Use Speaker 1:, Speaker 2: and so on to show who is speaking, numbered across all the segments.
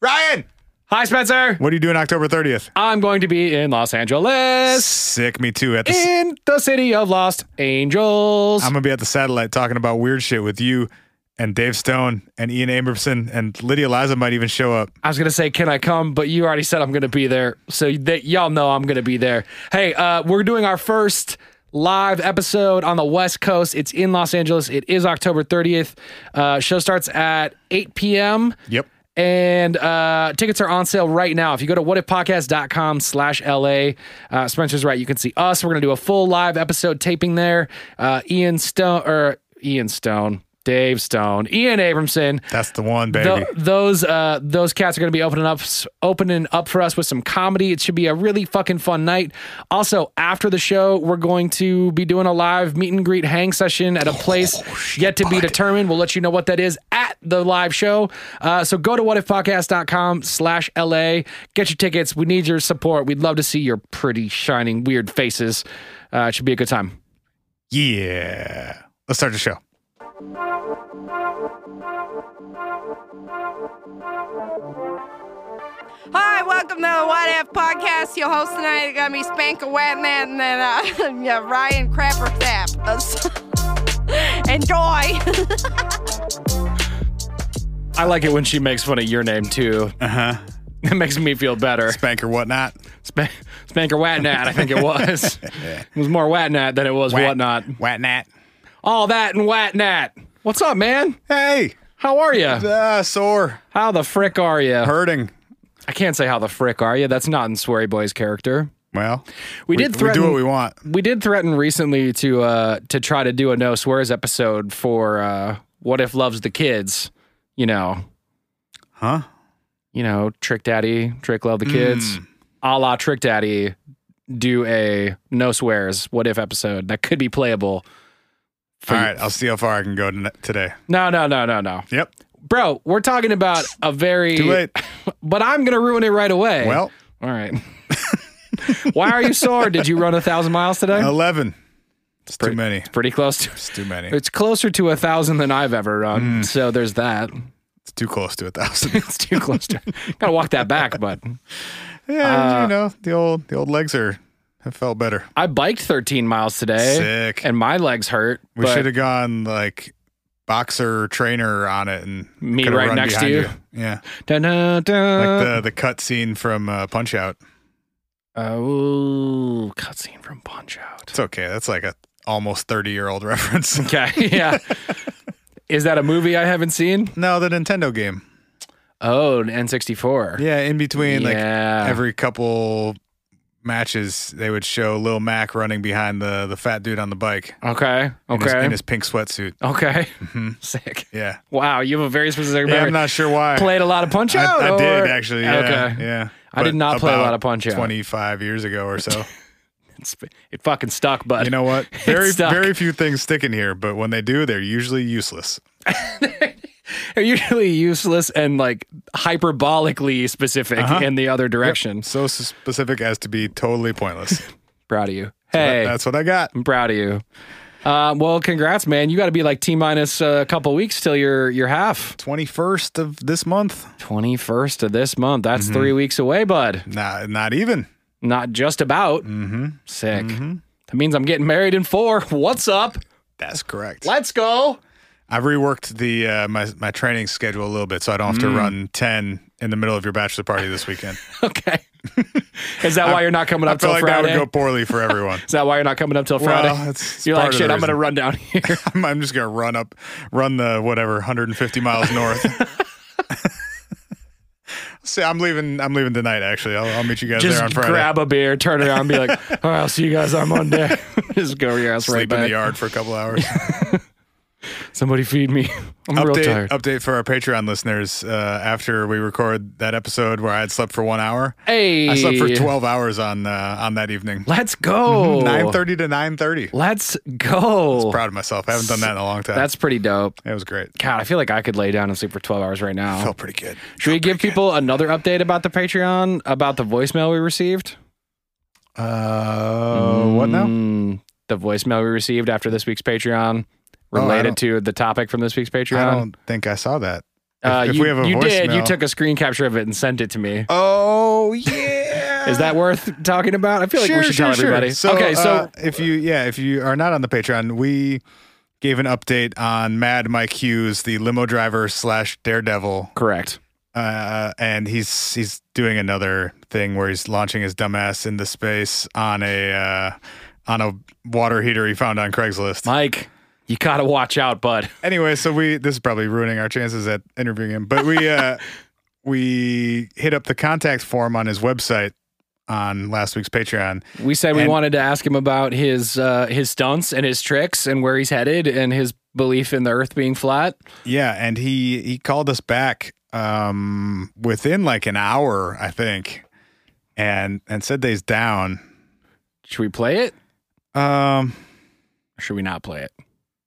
Speaker 1: Ryan,
Speaker 2: Hi, Spencer.
Speaker 1: what are you doing October 30th?
Speaker 2: I'm going to be in Los Angeles,
Speaker 1: Sick, me too. At the, s-
Speaker 2: in the city of Lost Angels.
Speaker 1: I'm gonna be at the satellite talking about weird shit with you and Dave Stone and Ian Amerson and Lydia Liza might even show up.
Speaker 2: I was gonna say, can I come? But you already said I'm gonna be there, so that y'all know I'm gonna be there. Hey, uh, we're doing our first live episode on the West Coast. It's in Los Angeles. It is October 30th. Uh, show starts at 8 p.m.
Speaker 1: Yep.
Speaker 2: And uh, tickets are on sale right now. If you go to whatifpodcast.com slash LA, uh, Spencer's right. You can see us. We're going to do a full live episode taping there. Uh, Ian Stone, or Ian Stone, Dave Stone, Ian Abramson,
Speaker 1: That's the one, baby.
Speaker 2: Tho- those uh, those cats are going to be opening up opening up for us with some comedy. It should be a really fucking fun night. Also, after the show, we're going to be doing a live meet and greet hang session at a place yet to be determined. We'll let you know what that is at the live show. Uh, so go to whatifpodcast.com slash LA. Get your tickets. We need your support. We'd love to see your pretty, shining, weird faces. Uh, it should be a good time.
Speaker 1: yeah. Let's start the show.
Speaker 3: Hi, welcome to the What If Podcast. Your host tonight is going to be Spanker Wetland and then uh, yeah, Ryan Crapper Thap. Enjoy.
Speaker 2: I like it when she makes fun of your name too.
Speaker 1: Uh huh.
Speaker 2: It makes me feel better.
Speaker 1: Spanker, whatnot.
Speaker 2: Sp- Spanker Watnat, I think it was. it was more Watnat than it was whatnot.
Speaker 1: Whatnot.
Speaker 2: All that and Watnat. What's up, man?
Speaker 1: Hey.
Speaker 2: How are you?
Speaker 1: Ah, sore.
Speaker 2: How the frick are you?
Speaker 1: Hurting.
Speaker 2: I can't say how the frick are you. That's not in Swery Boy's character.
Speaker 1: Well,
Speaker 2: We did
Speaker 1: we
Speaker 2: threaten.
Speaker 1: do what we want.
Speaker 2: we did threaten recently to uh to try to do a no swears episode for uh what if loves the kids. You know,
Speaker 1: Huh?
Speaker 2: you know, Trick Daddy, Trick Love the Kids,
Speaker 1: Mm.
Speaker 2: a la Trick Daddy, do a no swears what if episode that could be playable.
Speaker 1: All right. I'll see how far I can go tonight- today.
Speaker 2: No, no, no, no, no.
Speaker 1: Yep.
Speaker 2: Bro, we're talking about a very
Speaker 1: Too late.
Speaker 2: but I'm gonna ruin it right away.
Speaker 1: Well,
Speaker 2: all right. Why are you sore? Did you run a thousand miles today?
Speaker 1: 11. It's too many.
Speaker 2: Pretty close to
Speaker 1: It's too many.
Speaker 2: it's closer to a thousand than I've ever run.
Speaker 1: Mm.
Speaker 2: So there's that.
Speaker 1: It's too close to a thousand.
Speaker 2: It's too close to gotta walk that back, but
Speaker 1: yeah,
Speaker 2: Uh,
Speaker 1: you know the old the old legs are have felt better.
Speaker 2: I biked thirteen miles today.
Speaker 1: Sick.
Speaker 2: eh, And my legs hurt.
Speaker 1: we
Speaker 2: but-
Speaker 1: should have gone like boxer trainer on it and
Speaker 2: Me
Speaker 1: coulda
Speaker 2: right
Speaker 1: run
Speaker 2: next to
Speaker 1: behind
Speaker 2: you? Uh.
Speaker 1: Yeah,
Speaker 2: Dun, dun, dun.
Speaker 1: like the the cut scene from uh, Punch Out.
Speaker 2: Oh, cutscene from Punch Out.
Speaker 1: It's okay. That's like a almost thirty year old reference.
Speaker 2: Okay, yeah. Is that a movie I haven't seen?
Speaker 1: no, the Nintendo game.
Speaker 2: Oh, an N64.
Speaker 1: Yeah, in between
Speaker 2: Yeah.
Speaker 1: like every couple matches, they would show Lil Mac running behind the the fat dude on the bike.
Speaker 2: Okay.
Speaker 1: in his-
Speaker 2: Okay.
Speaker 1: in his pink sweatsuit.
Speaker 2: okay. Sick.
Speaker 1: Yeah.
Speaker 2: Wow, you have a very specific
Speaker 1: Yeah,
Speaker 2: memory.
Speaker 1: I'm not sure why.
Speaker 2: Played a lot of Punch
Speaker 1: I,
Speaker 2: Out.
Speaker 1: I did
Speaker 2: or-
Speaker 1: actually. Yeah,
Speaker 2: Okay.
Speaker 1: Yeah.
Speaker 2: I did
Speaker 1: But
Speaker 2: not play a lot
Speaker 1: about
Speaker 2: of Punch-Out.
Speaker 1: 25 years ago or so.
Speaker 2: It's- It fucking stuck, but
Speaker 1: You know what? Very
Speaker 2: stuck.
Speaker 1: very few things stick in here, but when they do, they're usually useless.
Speaker 2: they're usually useless and like hyperbolically specific
Speaker 1: Uh-huh.
Speaker 2: in the other direction.
Speaker 1: So s- specific as to be totally pointless.
Speaker 2: Proud of you. Hey,
Speaker 1: That's what I got.
Speaker 2: I'm proud of you. Uh, well, congrats, man. You got to be like T minus a couple weeks till you're you're half.
Speaker 1: 21st of this month.
Speaker 2: 21st of this month. That's three
Speaker 1: Mm-hmm.
Speaker 2: weeks away, bud.
Speaker 1: Nah, not even.
Speaker 2: Not just about. Mm-hmm. Sick.
Speaker 1: Mm-hmm.
Speaker 2: That means I'm getting married in four. What's up?
Speaker 1: That's correct.
Speaker 2: Let's go.
Speaker 1: I've reworked the uh, my my training schedule a little bit, so I don't have to
Speaker 2: Mm.
Speaker 1: run 10 in the middle of your bachelor party this weekend.
Speaker 2: Okay. Is that why you're not coming up
Speaker 1: I feel
Speaker 2: till
Speaker 1: like
Speaker 2: Friday?
Speaker 1: that would go poorly for everyone.
Speaker 2: Is that why you're not coming up till Friday?
Speaker 1: Well, it's- it's
Speaker 2: you're
Speaker 1: part
Speaker 2: like,
Speaker 1: of the
Speaker 2: shit, I'm going to
Speaker 1: reason."
Speaker 2: run down here.
Speaker 1: I'm, I'm just gonna run up, run the whatever 150 miles north. See, I'm leaving. I'm leaving tonight. Actually, I'll, I'll meet you guys
Speaker 2: Just
Speaker 1: there on Friday.
Speaker 2: grab a beer, turn around, and be like, all right, I'll see you guys on Monday. Just go over your ass right
Speaker 1: Sleep in the
Speaker 2: back.
Speaker 1: yard for a couple hours.
Speaker 2: Somebody feed me. I'm real
Speaker 1: update
Speaker 2: tired.
Speaker 1: update for our Patreon listeners. Uh, after we record that episode where I had slept for one hour,
Speaker 2: Hey.
Speaker 1: I slept for 12 hours on uh, on that evening.
Speaker 2: Let's go.
Speaker 1: Mm-hmm. 9:30 to 9:30.
Speaker 2: Let's go.
Speaker 1: Proud of myself. I haven't done that in a long time.
Speaker 2: That's pretty dope.
Speaker 1: it was great.
Speaker 2: God, I feel like I could lay down and sleep for 12 hours right now.
Speaker 1: Felt pretty good.
Speaker 2: Should we give people another update about the Patreon, about the voicemail we received?
Speaker 1: Uh, what now?
Speaker 2: Mm, the voicemail we received after this week's Patreon
Speaker 1: Oh, I
Speaker 2: related
Speaker 1: don't-
Speaker 2: to the topic from this week's Patreon.
Speaker 1: I don't think I saw that.
Speaker 2: Uh,
Speaker 1: if
Speaker 2: you,
Speaker 1: we have a
Speaker 2: you did. You
Speaker 1: voicemail-
Speaker 2: took a screen capture of it and sent it to me.
Speaker 1: Oh yeah.
Speaker 2: Is that worth talking about? I feel like
Speaker 1: Eh. sure,
Speaker 2: we should
Speaker 1: sure,
Speaker 2: tell
Speaker 1: sure.
Speaker 2: everybody.
Speaker 1: So,
Speaker 2: okay, so
Speaker 1: uh, if you yeah, if you are not on the Patreon, we gave an update on Mad Mike Hughes, the limo driver slash daredevil,
Speaker 2: correct.
Speaker 1: uh, and he's he's doing another thing where he's launching his dumbass into space on a uh, on a water heater he found on Craigslist.
Speaker 2: Mike, you gotta watch out, bud.
Speaker 1: anyway, so we this is probably ruining our chances at interviewing him, but we uh we hit up the contact form on his website on last week's Patreon.
Speaker 2: We said we
Speaker 1: And-
Speaker 2: wanted to ask him about his uh, his stunts and his tricks and where he's headed and his belief in the Earth being flat.
Speaker 1: Yeah, and he he called us back um within like an hour, I think. And and said that he's down.
Speaker 2: Should we play it?
Speaker 1: Um
Speaker 2: Or should we not play it?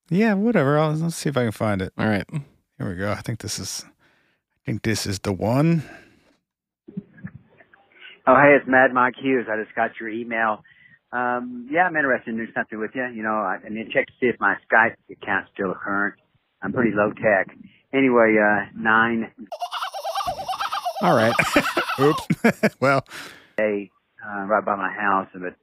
Speaker 1: yeah, whatever. I'll let's see if I can find it.
Speaker 2: All right.
Speaker 1: Here we go. I think this is I think this is the one.
Speaker 4: Oh, hey, it's Mad Mike Hughes. I just got your email. Um, yeah, I'm interested in doing something with you. You know, I, I need to check to see if my Skype account's still current. I'm pretty low tech. Anyway, uh, nine
Speaker 2: All right.
Speaker 1: Oops. well,
Speaker 4: day, uh, right by my house, but,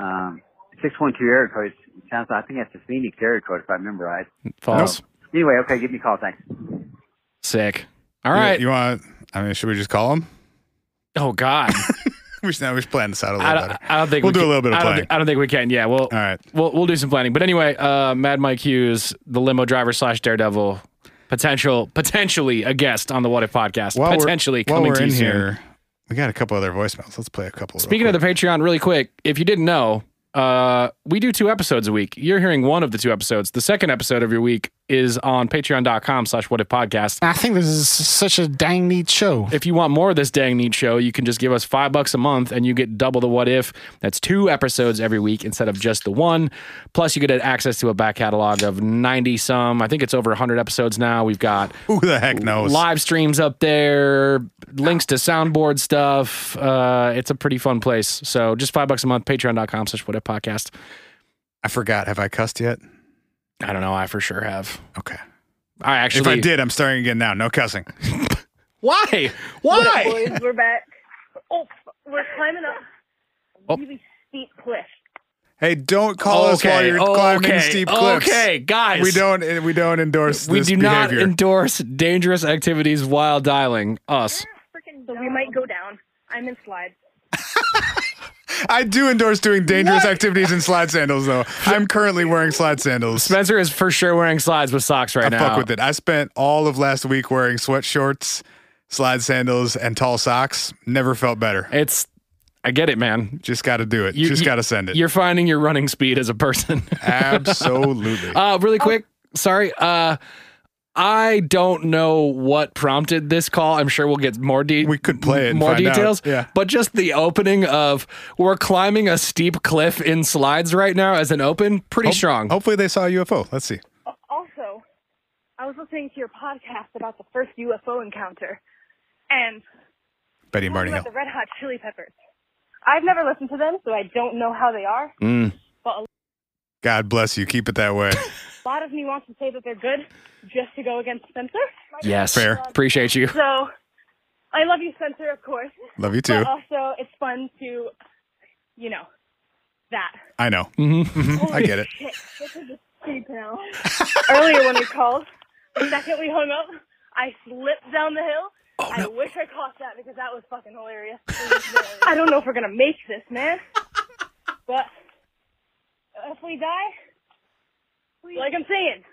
Speaker 4: um, 612 area code. It sounds like, I think that's the Phoenix area code if I remember right.
Speaker 2: False.
Speaker 4: Anyway, okay, give me a call. Thanks.
Speaker 2: Sick. All
Speaker 1: you-
Speaker 2: right.
Speaker 1: You, want I mean, should we just call him?
Speaker 2: oh God.
Speaker 1: We should, no, we should plan this out a little
Speaker 2: I
Speaker 1: better.
Speaker 2: don't, I don't think
Speaker 1: We'll
Speaker 2: we
Speaker 1: do a
Speaker 2: can-
Speaker 1: little bit of
Speaker 2: I don't,
Speaker 1: planning.
Speaker 2: thi- I don't think we can. Yeah. Well.
Speaker 1: All right.
Speaker 2: We'll we'll do some planning. But anyway, uh, Mad Mike Hughes, the limo driver slash daredevil, potential potentially a guest on the What If podcast.
Speaker 1: While we're-
Speaker 2: potentially
Speaker 1: while
Speaker 2: coming
Speaker 1: we're
Speaker 2: to you
Speaker 1: in
Speaker 2: soon.
Speaker 1: here, we got a couple other voicemails. Let's play a couple. real
Speaker 2: Speaking of
Speaker 1: quick.
Speaker 2: the Patreon, really quick, if you didn't know, uh, we do two episodes a week. You're hearing one of the two episodes. The second episode of your week is on patreon.com slash what if podcast.
Speaker 5: I think this is such a dang neat show.
Speaker 2: If you want more of this dang neat show, you can just give us five bucks a month and you get double the what if. That's two episodes every week instead of just the one. Plus, you get access to a back catalog of 90 some. I think it's over 100 episodes now. We've got
Speaker 1: who the heck knows?
Speaker 2: live streams up there, links to soundboard stuff. Uh, it's a pretty fun place. So just five bucks a month, patreon.com slash what if podcast.
Speaker 1: I forgot. Have I cussed yet?
Speaker 2: I don't know. I for sure have.
Speaker 1: Okay.
Speaker 2: I actually.
Speaker 1: If I did, I'm starting again now. No cussing.
Speaker 2: Why? Why?
Speaker 6: Boys, we're back. Oh, we're climbing up a really steep cliff.
Speaker 1: Hey, don't call us while you're climbing steep cliffs.
Speaker 2: Okay, guys.
Speaker 1: We don't. eh, We don't endorse.
Speaker 2: We
Speaker 1: this
Speaker 2: do not
Speaker 1: behavior.
Speaker 2: endorse dangerous activities while dialing us.
Speaker 6: Freaking so we might go down. I'm in slides.
Speaker 1: I do endorse doing dangerous activities in slide sandals, though. I'm currently wearing slide sandals.
Speaker 2: Spencer is for sure wearing slides with socks right
Speaker 1: I
Speaker 2: now.
Speaker 1: fuck with it. I spent all of last week wearing sweat shorts, slide sandals, and tall socks. Never felt better.
Speaker 2: It's, I get it, man.
Speaker 1: Just got to do it.
Speaker 2: You-
Speaker 1: Just
Speaker 2: you-
Speaker 1: got to send it.
Speaker 2: You're finding your running speed as a person.
Speaker 1: Absolutely.
Speaker 2: Uh, really quick, sorry. Uh, I don't know what prompted this call. I'm sure we'll get more de-
Speaker 1: We could play it and
Speaker 2: more
Speaker 1: find out.
Speaker 2: details.
Speaker 1: Yeah.
Speaker 2: But just the opening of we're climbing a steep cliff in slides right now as an open, pretty
Speaker 1: Hope-
Speaker 2: strong.
Speaker 1: Hopefully, they saw a UFO. Let's see.
Speaker 6: Al- Uh, Also, I was listening to your podcast about the first UFO encounter, and
Speaker 1: Betty
Speaker 6: talking
Speaker 1: Martin
Speaker 6: about
Speaker 1: Hill.
Speaker 6: the Red Hot Chili Peppers. I've never listened to them, so I don't know how they are.
Speaker 2: Mm.
Speaker 6: But a
Speaker 1: God bless you. Keep it that way.
Speaker 6: lot of me wants to say that they're good just to go against Spencer.
Speaker 2: Yes.
Speaker 1: Fair.
Speaker 2: Appreciate you.
Speaker 6: So, I love you, Spencer, of course.
Speaker 1: Love you too.
Speaker 6: But also, it's fun to, you know, that.
Speaker 1: I know.
Speaker 2: Mm-hmm.
Speaker 1: Mm-hmm. I get it.
Speaker 6: Shit, this is a creep now. Earlier when we called, the second we hung up, I slipped down the hill. I wish I caught that because that was fucking hilarious. It was hilarious. I don't know if we're gonna make this, man. But if we die, like I'm saying,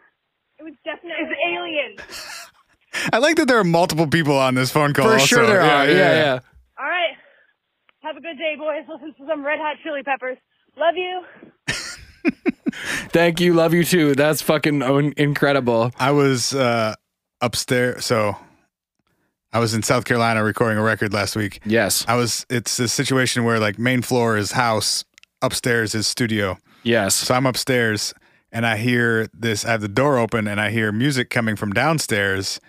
Speaker 6: it was definitely it's aliens.
Speaker 1: I like that there are multiple people on this phone call.
Speaker 2: For
Speaker 1: also.
Speaker 2: sure there are. Yeah, yeah.
Speaker 6: All right, have a good day, boys. Listen to some Red Hot Chili Peppers. Love you.
Speaker 2: Thank you. Love you too. That's fucking un- incredible.
Speaker 1: I was uh, upstairs. So I was in South Carolina recording a record last week.
Speaker 2: Yes.
Speaker 1: I was, it's a situation where like main floor is house, upstairs is studio.
Speaker 2: Yes.
Speaker 1: So I'm upstairs and I hear this, I have the door open and I hear music coming from downstairs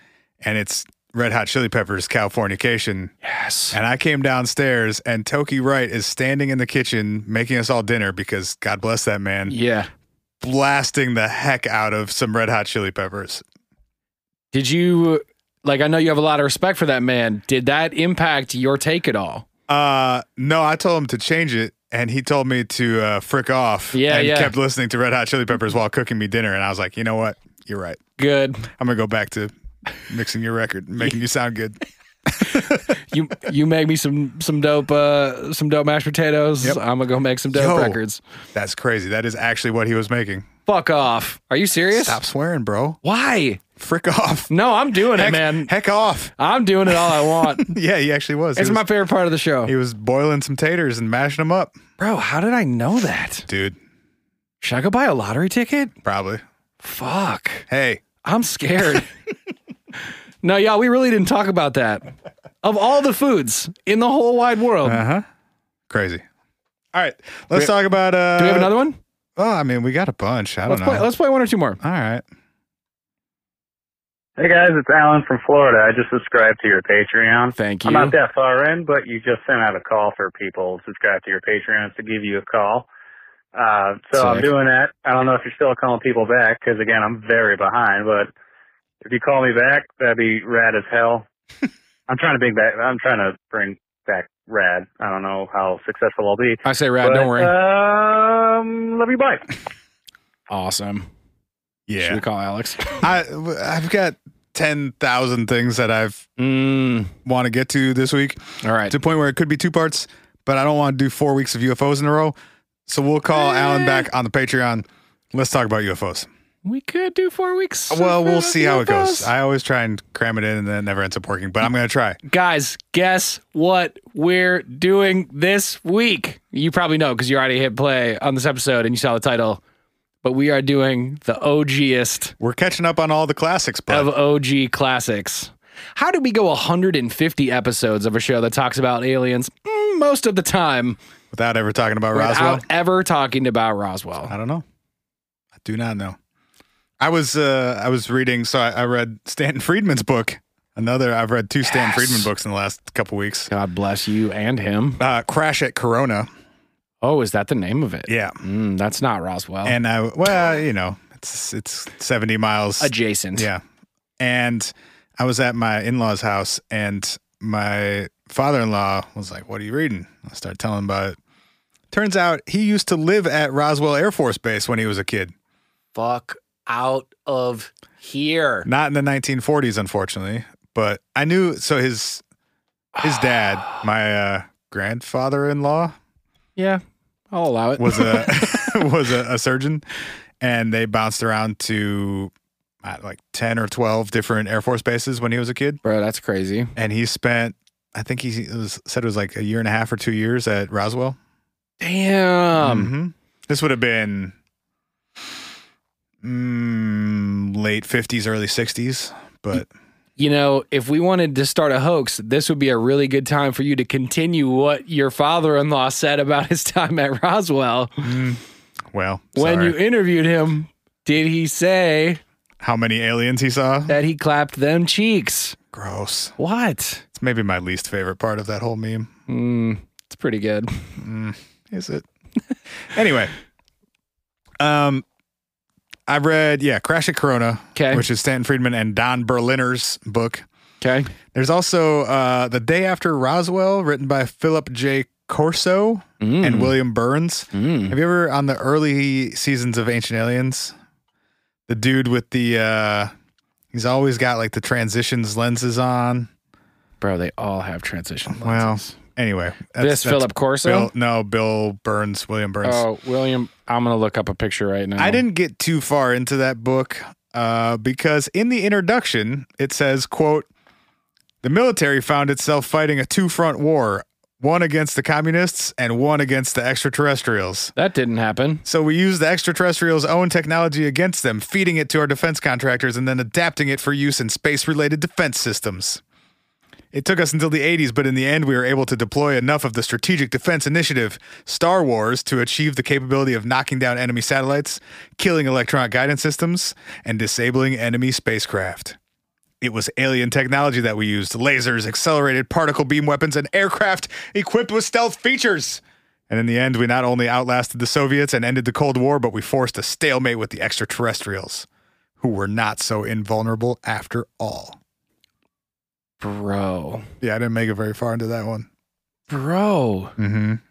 Speaker 1: and it's Red Hot Chili Peppers Californication.
Speaker 2: Yes.
Speaker 1: And I came downstairs and Toki Wright is standing in the kitchen making us all dinner because God bless that man,
Speaker 2: Yeah.
Speaker 1: blasting the heck out of some Red Hot Chili Peppers.
Speaker 2: Did you Like I know you have a lot of respect for that man. Did that impact your take at all?
Speaker 1: Uh, no, I told him to change it, and he told me to uh, frick off.
Speaker 2: Yeah,
Speaker 1: and
Speaker 2: yeah.
Speaker 1: kept listening to Red Hot Chili Peppers while cooking me dinner, and I was like, you know what? You're right.
Speaker 2: Good.
Speaker 1: I'm gonna go back to mixing your record, making you sound good.
Speaker 2: You you make me some some dope uh some dope mashed potatoes.
Speaker 1: Yep.
Speaker 2: I'm gonna go make some dope
Speaker 1: Yo.
Speaker 2: records.
Speaker 1: That's crazy. That is actually what he was making.
Speaker 2: Fuck off. Are you serious?
Speaker 1: Stop swearing, bro.
Speaker 2: Why?
Speaker 1: Frick off.
Speaker 2: No, I'm doing it,
Speaker 1: Heck,
Speaker 2: man.
Speaker 1: heck off.
Speaker 2: I'm doing it all I want.
Speaker 1: Yeah, he actually was.
Speaker 2: it's
Speaker 1: he was,
Speaker 2: my favorite part of the show.
Speaker 1: he was boiling some taters and mashing them up,
Speaker 2: Bro, how did I know that?
Speaker 1: dude.
Speaker 2: Should I go buy a lottery ticket?
Speaker 1: Probably.
Speaker 2: Fuck.
Speaker 1: Hey,
Speaker 2: I'm scared. no, y'all, we really didn't talk about that. Of all the foods in the whole wide world.
Speaker 1: Uh huh. Crazy. All right, let's talk about. Uh,
Speaker 2: Do we have another one?
Speaker 1: Oh, I mean, we got a bunch. I don't
Speaker 2: Let's
Speaker 1: know.
Speaker 2: play, let's play one or two more.
Speaker 1: All right.
Speaker 7: Hey guys, it's Alan from Florida. I just subscribed to your Patreon.
Speaker 2: Thank you.
Speaker 7: I'm not that far in, but you just sent out a call for people to subscribe to your Patreon to give you a call. Uh, so I'm
Speaker 2: Sick.
Speaker 7: doing that. I don't know if you're still calling people back 'cause again, I'm very behind. But if you call me back, that'd be rad as hell. I'm trying to bring back. I'm trying to bring back rad. I don't know how successful I'll be.
Speaker 2: I say rad,
Speaker 7: but, uh,
Speaker 2: don't worry.
Speaker 7: Um, love you. Bye.
Speaker 2: awesome. Should
Speaker 1: Yeah.
Speaker 2: we call Alex?
Speaker 1: I I've got ten thousand things that I've
Speaker 2: Mm,
Speaker 1: want to get to this week
Speaker 2: all right.
Speaker 1: to the point where it could be two parts, but I don't want to do four weeks of UFOs in a row. So we'll call
Speaker 2: Eh.
Speaker 1: Alan back on the Patreon. Let's talk about UFOs.
Speaker 2: We could do four weeks.
Speaker 1: Well,
Speaker 2: of,
Speaker 1: we'll
Speaker 2: uh,
Speaker 1: see how it goes.
Speaker 2: UFOs.
Speaker 1: I always try and cram it in, and then it never ends up working. But I'm gonna try.
Speaker 2: Guys, guess what we're doing this week? You probably know because you already hit play on this episode and you saw the title, but we are doing the OGest
Speaker 1: We're catching up on all the classics,
Speaker 2: of
Speaker 1: but
Speaker 2: OG classics. How do we go 150 episodes of a show that talks about aliens mm, most of the time
Speaker 1: without ever talking about Roswell.
Speaker 2: without ever talking about Roswell?
Speaker 1: I don't know. I do not know. I was uh, I was reading, so I, I read Stanton Friedman's book. Another, I've read two Stanton
Speaker 2: Yes.
Speaker 1: Friedman books in the last couple weeks.
Speaker 2: God bless you and him.
Speaker 1: Uh, Crash at Corona.
Speaker 2: Oh, is that the name of it?
Speaker 1: Yeah,
Speaker 2: Mm, that's not Roswell.
Speaker 1: and I well, you know, it's it's seventy miles.
Speaker 2: Adjacent.
Speaker 1: Yeah, and I was at my in law's house, and my father in law was like, "What are you reading?" I started telling him about it. Turns out he used to live at Roswell Air Force Base when he was a kid.
Speaker 2: Fuck out of here.
Speaker 1: Not in the 1940s, unfortunately, but I knew. So his his dad, my uh, grandfather-in-law,
Speaker 2: Yeah, I'll allow it.
Speaker 1: was a was a, a surgeon, and they bounced around to uh, like ten or twelve different Air Force bases when he was a kid,
Speaker 2: Bro, that's crazy.
Speaker 1: and he spent. I think he it was, said it was like a year and a half or two years at Roswell.
Speaker 2: Damn.
Speaker 1: Mhm. This would have been mm, late 50s, early 60s, but
Speaker 2: You know, if we wanted to start a hoax, this would be a really good time for you to continue what your father in law said about his time at Roswell.
Speaker 1: well,
Speaker 2: When
Speaker 1: sorry.
Speaker 2: you interviewed him, did he say
Speaker 1: how many aliens he saw?
Speaker 2: that he clapped them cheeks?
Speaker 1: Gross.
Speaker 2: What?
Speaker 1: It's maybe my least favorite part of that whole meme.
Speaker 2: Mm, it's pretty good.
Speaker 1: Is it? anyway, um, I read yeah, Crash at Corona,
Speaker 2: 'Kay.
Speaker 1: which is Stanton Friedman and Don Berliner's book.
Speaker 2: Okay.
Speaker 1: There's also uh, The Day After Roswell, written by Philip J. Corso
Speaker 2: Mm.
Speaker 1: and William Burns. Have you ever on the early seasons of Ancient Aliens, the dude with the uh, he's always got like the transitions lenses on.
Speaker 2: Bro, they all have transition.
Speaker 1: Well,
Speaker 2: lenses.
Speaker 1: anyway,
Speaker 2: this Philip Corso.
Speaker 1: Bill, no, Bill Burns, William Burns.
Speaker 2: oh, William, I'm going to look up a picture right now.
Speaker 1: I didn't get too far into that book uh, because in the introduction it says, "quote The military found itself fighting a two-front war, one against the communists and one against the extraterrestrials.
Speaker 2: That didn't happen.
Speaker 1: So we used the extraterrestrials' own technology against them, feeding it to our defense contractors and then adapting it for use in space-related defense systems." It took us until the 80s, but in the end, we were able to deploy enough of the Strategic Defense Initiative, Star Wars, to achieve the capability of knocking down enemy satellites, killing electronic guidance systems, and disabling enemy spacecraft. It was alien technology that we used lasers, accelerated particle beam weapons, and aircraft equipped with stealth features. And in the end, we not only outlasted the Soviets and ended the Cold War, but we forced a stalemate with the extraterrestrials, who were not so invulnerable after all.
Speaker 2: Bro.
Speaker 1: Yeah, I didn't make it very far into that one.
Speaker 2: Bro.
Speaker 1: Mm-hmm. Can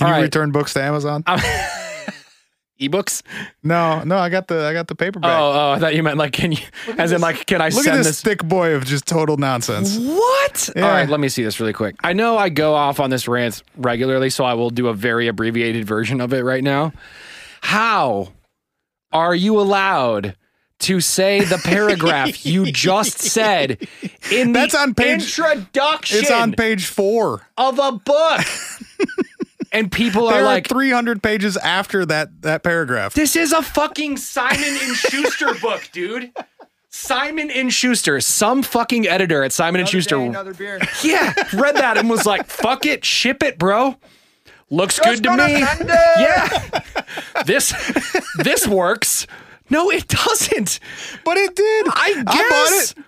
Speaker 2: All
Speaker 1: you
Speaker 2: right.
Speaker 1: return books to Amazon?
Speaker 2: I'm- Ebooks?
Speaker 1: No, no, I got the I got the paperback.
Speaker 2: Oh, oh, I thought you meant like, can you, as in like, can I
Speaker 1: Look at
Speaker 2: send
Speaker 1: this,
Speaker 2: this?
Speaker 1: thick boy of just total nonsense.
Speaker 2: What?
Speaker 1: Yeah.
Speaker 2: All right, let me see this really quick. I know I go off on this rant regularly, so I will do a very abbreviated version of it right now. How are you allowed to say the paragraph you just said in
Speaker 1: That's
Speaker 2: the
Speaker 1: on page-
Speaker 2: introduction
Speaker 1: It's on page four.
Speaker 2: of a book? and people
Speaker 1: There
Speaker 2: are
Speaker 1: are
Speaker 2: like,
Speaker 1: 300 pages after that that paragraph.
Speaker 2: This is a fucking Simon and Schuster book, dude. Simon and Schuster, some fucking editor at Simon and Schuster. Yeah, read that and was like, "Fuck it, ship it, bro. Looks good to me." Yeah, this this works. No, it doesn't.
Speaker 1: But it did.
Speaker 2: I
Speaker 1: I
Speaker 2: guess.
Speaker 1: bought it.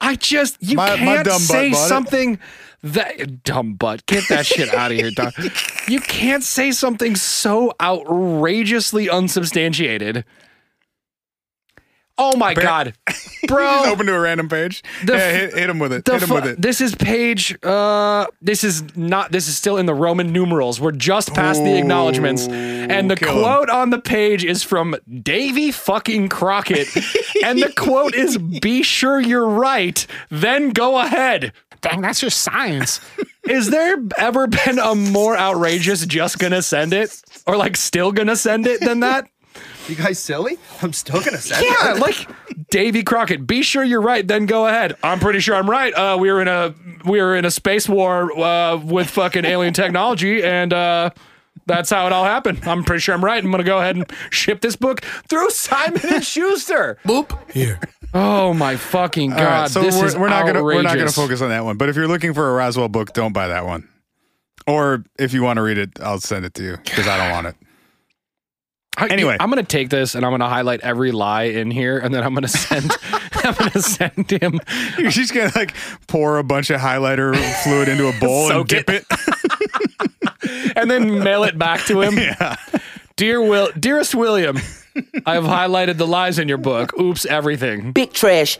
Speaker 2: I just you
Speaker 1: My- my
Speaker 2: can't
Speaker 1: dumb butt
Speaker 2: say
Speaker 1: bought it.
Speaker 2: something that dumb butt. Get that shit out of here, dog. You can't say something so outrageously unsubstantiated. Oh my god, bro!
Speaker 1: Open to a random page.
Speaker 2: Oh. The
Speaker 1: yeah,
Speaker 2: f-
Speaker 1: hit, hit him with it.
Speaker 2: the
Speaker 1: Hit him
Speaker 2: fu-
Speaker 1: with it.
Speaker 2: This is page. Uh, this is not. This is still in the Roman numerals. We're just past the acknowledgments, and the
Speaker 1: kill 'em.
Speaker 2: quote on the page is from Davy fucking Crockett, and the quote is "Be sure you're right, then go ahead."
Speaker 5: Dang, that's just science.
Speaker 2: Is there ever been a more outrageous just gonna send it or like still gonna send it than that?
Speaker 8: You guys silly? I'm still gonna send it.
Speaker 2: Yeah, like Davy Crockett. Be sure you're right, then go ahead. I'm pretty sure I'm right. Uh, we were in a we were in a space war uh, with fucking alien technology, and uh, that's how it all happened. I'm pretty sure I'm right. I'm gonna go ahead and ship this book through Simon and Schuster.
Speaker 8: Boop. Here.
Speaker 2: Oh my fucking god!
Speaker 1: All right, so
Speaker 2: this
Speaker 1: we're,
Speaker 2: is
Speaker 1: we're not gonna we're not gonna
Speaker 2: outrageous.
Speaker 1: focus on that one. But if you're looking for a Roswell book, don't buy that one. Or if you want to read it, I'll send it to you because I don't want it.
Speaker 2: I-
Speaker 1: Anyway.
Speaker 2: I'm gonna take this and I'm gonna highlight every lie in here, and then I'm gonna send. I'm gonna send him.
Speaker 1: You're just gonna like pour a bunch of highlighter fluid into a bowl and
Speaker 2: Soak
Speaker 1: dip it.
Speaker 2: and then mail it back to him. Dear Will, dearest William, I have highlighted the lies in your book. Oops, everything.
Speaker 9: Big trash.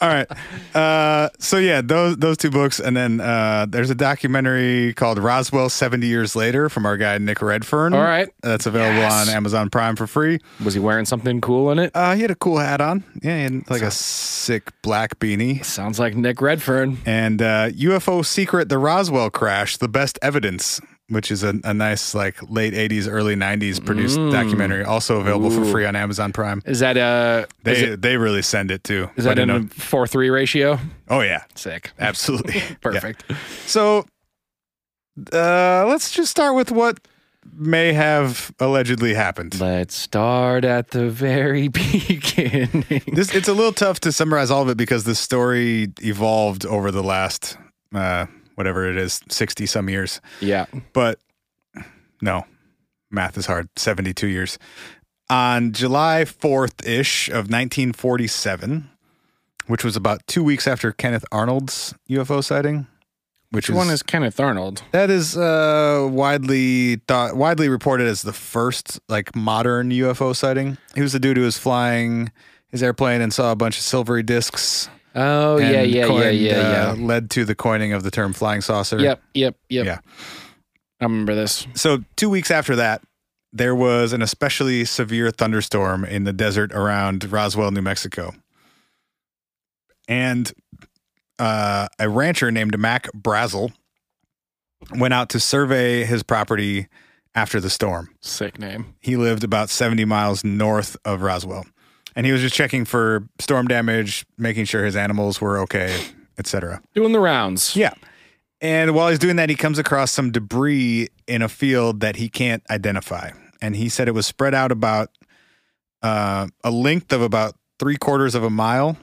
Speaker 1: All right. Uh, so yeah, those those two books, and then uh, there's a documentary called Roswell: Seventy Years Later from our guy Nick Redfern.
Speaker 2: All right.
Speaker 1: that's available
Speaker 2: Yes.
Speaker 1: on Amazon Prime for free.
Speaker 2: Was he wearing something cool in it?
Speaker 1: Uh, he had a cool hat on. Yeah, and like a sick black beanie.
Speaker 2: Sounds like Nick Redfern.
Speaker 1: And uh, UFO Secret: The Roswell Crash: The Best Evidence. Which is a, a nice, like late '80s, early '90s produced documentary, also available for free on Amazon Prime.
Speaker 2: Mm. Is that a
Speaker 1: They
Speaker 2: is, it,
Speaker 1: they really send it too.
Speaker 2: is that
Speaker 1: But
Speaker 2: in
Speaker 1: I
Speaker 2: a
Speaker 1: know-
Speaker 2: four three ratio?
Speaker 1: Oh yeah,
Speaker 2: Sick.
Speaker 1: absolutely. Yeah.
Speaker 2: Perfect.
Speaker 1: So uh, let's just start with what may have allegedly happened.
Speaker 2: Let's start at the very beginning.
Speaker 1: This it's a little tough to summarize all of it because the story evolved over the last uh, whatever it is, sixty some years.
Speaker 2: yeah.
Speaker 1: But no, math is hard. Seventy two years. On July fourth ish of nineteen forty seven, which was about two weeks after Kenneth Arnold's UFO sighting. Which,
Speaker 2: Which one is Kenneth Arnold?
Speaker 1: That is uh, widely thought, widely reported as the first like modern UFO sighting. He was the dude who was flying his airplane and saw a bunch of silvery discs.
Speaker 2: Oh yeah,
Speaker 1: and
Speaker 2: yeah,
Speaker 1: coined,
Speaker 2: yeah, yeah,
Speaker 1: uh,
Speaker 2: yeah.
Speaker 1: Led to the coining of the term flying saucer.
Speaker 2: Yep, yep, yep.
Speaker 1: Yeah.
Speaker 2: I remember this.
Speaker 1: So two weeks after that, there was an especially severe thunderstorm in the desert around Roswell, New Mexico, and uh, a rancher named Mac Brazel went out to survey his property after the storm.
Speaker 2: Sick name.
Speaker 1: he lived about 70 miles north of Roswell. And he was just checking for storm damage, making sure his animals were okay, etc.
Speaker 2: Doing the rounds.
Speaker 1: Yeah. And while he's doing that, he comes across some debris in a field that he can't identify. And he said it was spread out about uh, a length of about three quarters of a mile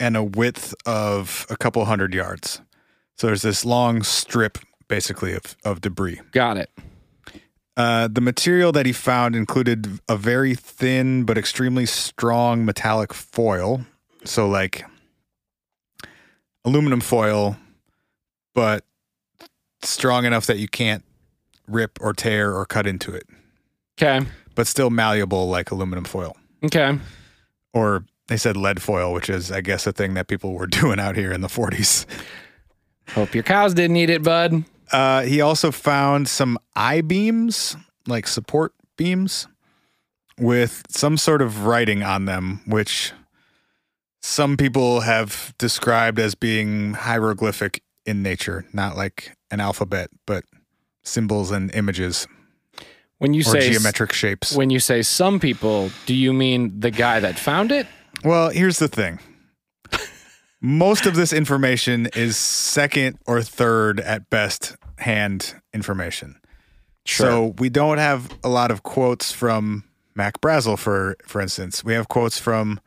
Speaker 1: and a width of a couple hundred yards. So there's this long strip basically of, of debris.
Speaker 2: Got it.
Speaker 1: Uh, the material that he found included a very thin but extremely strong metallic foil. So, like aluminum foil, but strong enough that you can't rip or tear or cut into it,
Speaker 2: Okay.
Speaker 1: but still malleable like aluminum foil
Speaker 2: Okay.
Speaker 1: or They said lead foil, which is, I guess, a thing that people were doing out here in the 40s.
Speaker 2: Hope your cows didn't eat it, bud.
Speaker 1: Uh, he also found some I beams, like support beams, with some sort of writing on them, which some people have described as being hieroglyphic in nature, not like an alphabet, but symbols and images
Speaker 2: When you
Speaker 1: or
Speaker 2: say
Speaker 1: geometric shapes.
Speaker 2: when you say some people, do you mean the guy that found it?
Speaker 1: Well, here's the thing. Most of this information is second or third at best hand information. So we don't have a lot of quotes from Mac Brazel, for for instance. We have quotes from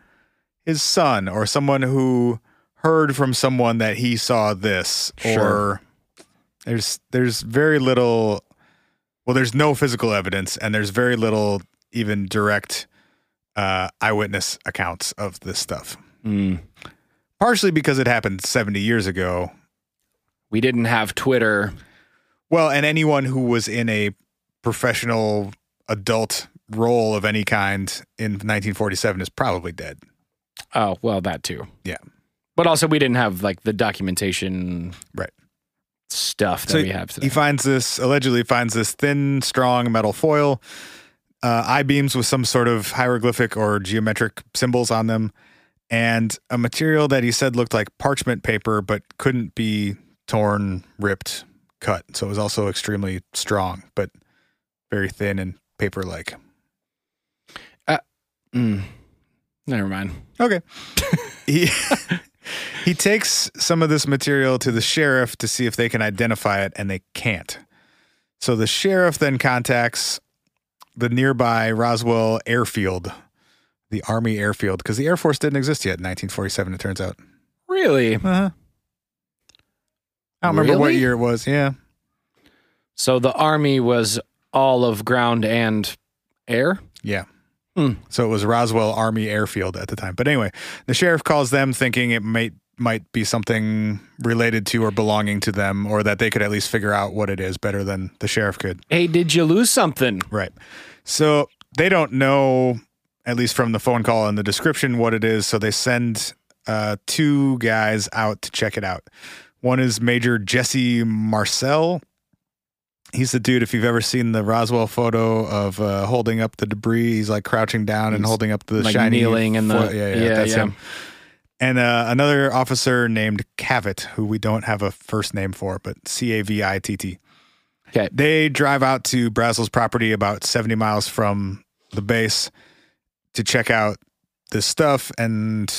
Speaker 1: his son or someone who heard from someone that he saw this. Or there's there's very little well, there's no physical evidence and there's very little even direct uh, eyewitness accounts of this stuff.
Speaker 2: Mm.
Speaker 1: Partially because it happened 70 years ago.
Speaker 2: We didn't have Twitter.
Speaker 1: Well, and anyone who was in a professional adult role of any kind in 1947 is probably dead.
Speaker 2: Oh, well, that too.
Speaker 1: Yeah.
Speaker 2: But also, we didn't have like the documentation
Speaker 1: Right.
Speaker 2: stuff that we have today.
Speaker 1: He finds this allegedly finds this thin, strong metal foil, uh, eye beams with some sort of hieroglyphic or geometric symbols on them, and a material that he said looked like parchment paper but couldn't be torn, ripped, cut. So it was also extremely strong, but very thin and paper-like.
Speaker 2: Mm. Never mind.
Speaker 1: Okay. he he takes some of this material to the sheriff to see if they can identify it, and they can't. So the sheriff then contacts the nearby Roswell airfield, the Army airfield, because the Air Force didn't exist yet in 1947. It turns out.
Speaker 2: Really?
Speaker 1: Uh-huh. I don't remember what
Speaker 2: Really?
Speaker 1: year it was. Yeah,
Speaker 2: So the army was all of ground and air.
Speaker 1: yeah.
Speaker 2: Hmm.
Speaker 1: So it was Roswell Army Airfield at the time. But anyway, the sheriff calls them thinking it might might be something related to or belonging to them or that they could at least figure out what it is better than the sheriff could.
Speaker 2: Hey, did you lose something?
Speaker 1: Right. So they don't know, at least from the phone call and the description, what it is. So they send uh, two guys out to check it out. One is Major Jesse Marcel. He's the dude, if you've ever seen the Roswell photo of uh, holding up the debris, he's like crouching down and
Speaker 2: He's
Speaker 1: holding up the
Speaker 2: like
Speaker 1: shiny.
Speaker 2: kneeling in the-
Speaker 1: foil- yeah, yeah,
Speaker 2: yeah,
Speaker 1: that's
Speaker 2: yeah.
Speaker 1: him. And uh, another officer named Cavett, who we don't have a first name for, but C A V I T T.
Speaker 2: Okay.
Speaker 1: They drive out to Brazel's property about 70 miles from the base to check out this stuff. And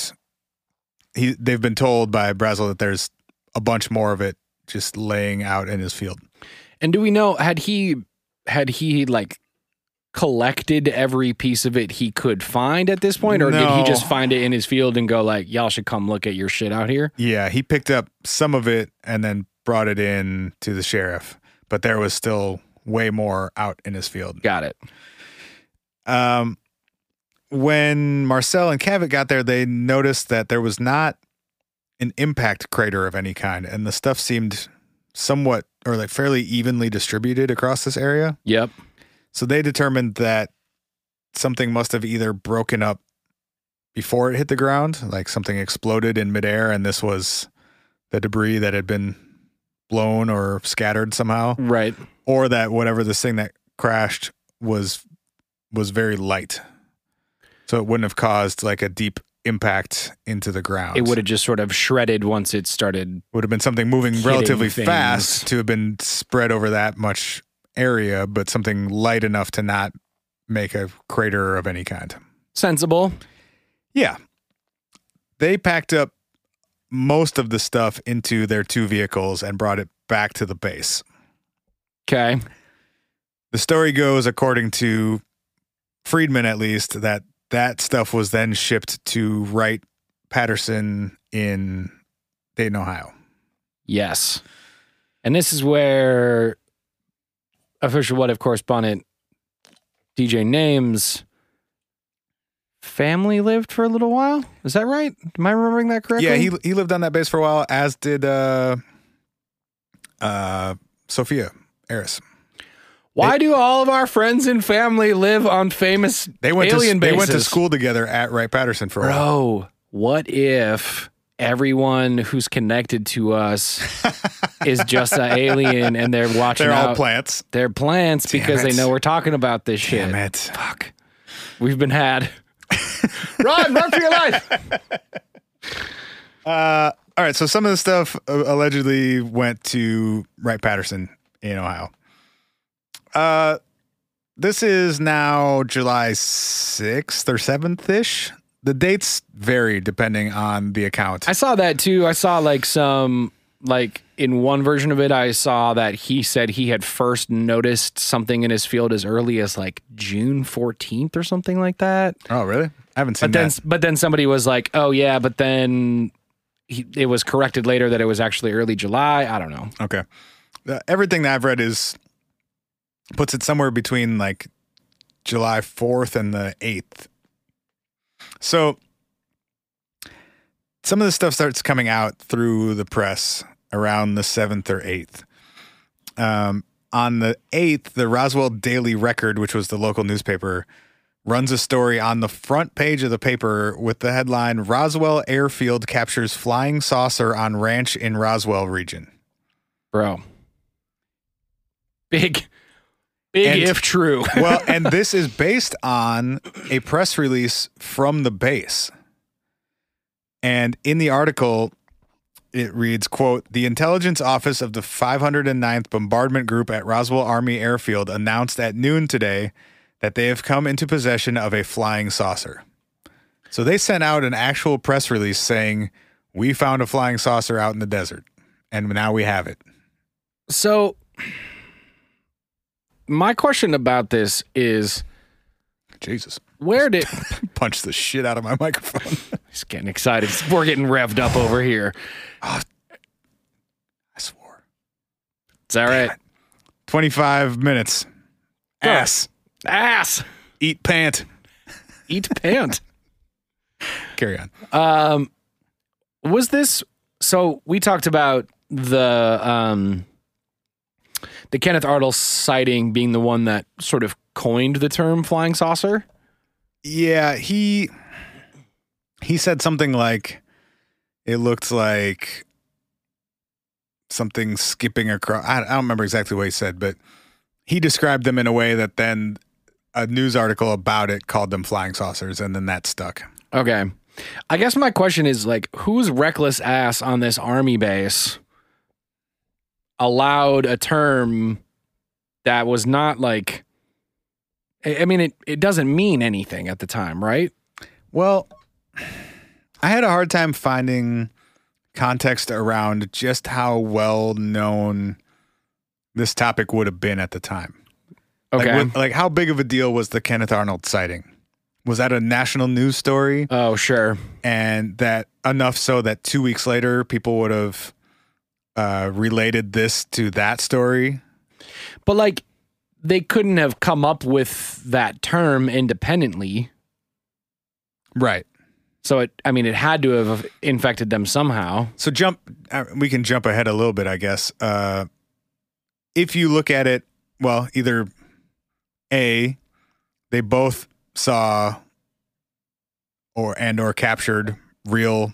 Speaker 1: he, they've been told by Brazel that there's a bunch more of it just laying out in his field.
Speaker 2: And do we know had he had he like collected every piece of it he could find at this point, or did he
Speaker 1: No.
Speaker 2: just find it in his field and go like, "Y'all should come look at your shit out here"?
Speaker 1: Yeah, he picked up some of it and then brought it in to the sheriff, but there was still way more out in his field.
Speaker 2: Got it.
Speaker 1: um, when Marcel and Cavett got there, they noticed that there was not an impact crater of any kind, and the stuff seemed somewhat or like fairly evenly distributed across this area.
Speaker 2: Yep.
Speaker 1: So they determined that something must have either broken up before it hit the ground, like something exploded in midair, and this was the debris that had been blown or scattered somehow
Speaker 2: Right.
Speaker 1: or that whatever this thing that crashed was was very light so it wouldn't have caused like a deep impact into the ground
Speaker 2: It would have just sort of shredded once it started.
Speaker 1: would have been something moving
Speaker 2: Hitting
Speaker 1: relatively
Speaker 2: things.
Speaker 1: fast to have been spread over that much area but something light enough to not make a crater of any kind
Speaker 2: Sensible.
Speaker 1: yeah they packed up most of the stuff into their two vehicles and brought it back to the base
Speaker 2: Okay.
Speaker 1: the story goes according to Friedman at least that that stuff was then shipped to Wright Patterson in Dayton, Ohio.
Speaker 2: Yes. And this is where official what if correspondent DJ Names family lived for a little while. Is that right? Am I remembering that correctly?
Speaker 1: Yeah, he he lived on that base for a while as did uh uh Sophia Eris.
Speaker 2: Why do all of our friends and family live on famous
Speaker 1: They went
Speaker 2: alien
Speaker 1: to they went to
Speaker 2: bases?
Speaker 1: school together at Wright Patterson for a while.
Speaker 2: Bro, what if everyone who's connected to us is just an alien and they're watching
Speaker 1: They're all
Speaker 2: out
Speaker 1: plants.
Speaker 2: their plants because
Speaker 1: it.
Speaker 2: they know we're talking about this shit?
Speaker 1: Damn it.
Speaker 2: Fuck. We've been had. run, run for your life.
Speaker 1: Uh, all right. So some of the stuff uh, allegedly went to Wright Patterson in Ohio. Uh, this is now July 6th or 7th ish. The dates vary depending on the account.
Speaker 2: I saw that too. I saw like some like in one version of it I saw that he said he had first noticed something in his field as early as like June 14th or something like that.
Speaker 1: oh, really? I haven't seen
Speaker 2: But then
Speaker 1: that.
Speaker 2: but then somebody was like, "Oh yeah, but then he, it was corrected later that it was actually early July. I don't know.
Speaker 1: Okay. Uh, everything that I've read is puts it somewhere between like July 4th and the 8th. So some of this stuff starts coming out through the press around the 7th or 8th. Um, on the 8th, the Roswell Daily Record, which was the local newspaper, runs a story on the front page of the paper with the headline Roswell Airfield Captures Flying Saucer on Ranch in Roswell Region.
Speaker 2: Bro. Big big
Speaker 1: And-
Speaker 2: if true.
Speaker 1: well, and this is based on a press release from the base. And in the article, it reads, quote, the intelligence office of the 509th Bombardment Group at Roswell Army Airfield announced at noon today that they have come into possession of a flying saucer. So they sent out an actual press release saying, we found a flying saucer out in the desert. And now we have it.
Speaker 2: So my question about this is
Speaker 1: Jesus.
Speaker 2: where did
Speaker 1: Punch the shit out of my microphone.
Speaker 2: He's getting excited. We're getting revved up over here.
Speaker 1: I swore.
Speaker 2: It's all right.
Speaker 1: 25 minutes. Ass.
Speaker 2: Ass.
Speaker 1: Eat pant.
Speaker 2: Eat pant.
Speaker 1: Carry on.
Speaker 2: Um, was this so? We talked about the um, the Kenneth Arnold sighting being the one that sort of coined the term flying saucer.
Speaker 1: Yeah, he he said something like it looked like something skipping across. I, I don't remember exactly what he said, but he described them in a way that then a news article about it called them flying saucers, and then that stuck.
Speaker 2: Okay. I guess my question is like, whose reckless ass on this army base allowed a term that was not like, I I mean, it, it doesn't mean anything at the time, right?
Speaker 1: Well, I had a hard time finding context around just how well known this topic would have been at the time.
Speaker 2: Okay.
Speaker 1: Like, what- like how big of a deal was the Kenneth Arnold sighting? Was that a national news story?
Speaker 2: oh, sure.
Speaker 1: And that enough so that two weeks later, people would have uh, related this to that story?
Speaker 2: But like, they couldn't have come up with that term independently.
Speaker 1: Right.
Speaker 2: So it, I mean, it had to have infected them somehow.
Speaker 1: So jump. uh, We can jump ahead a little bit, I guess. Uh, if you look at it, well, either a they both saw or and or captured real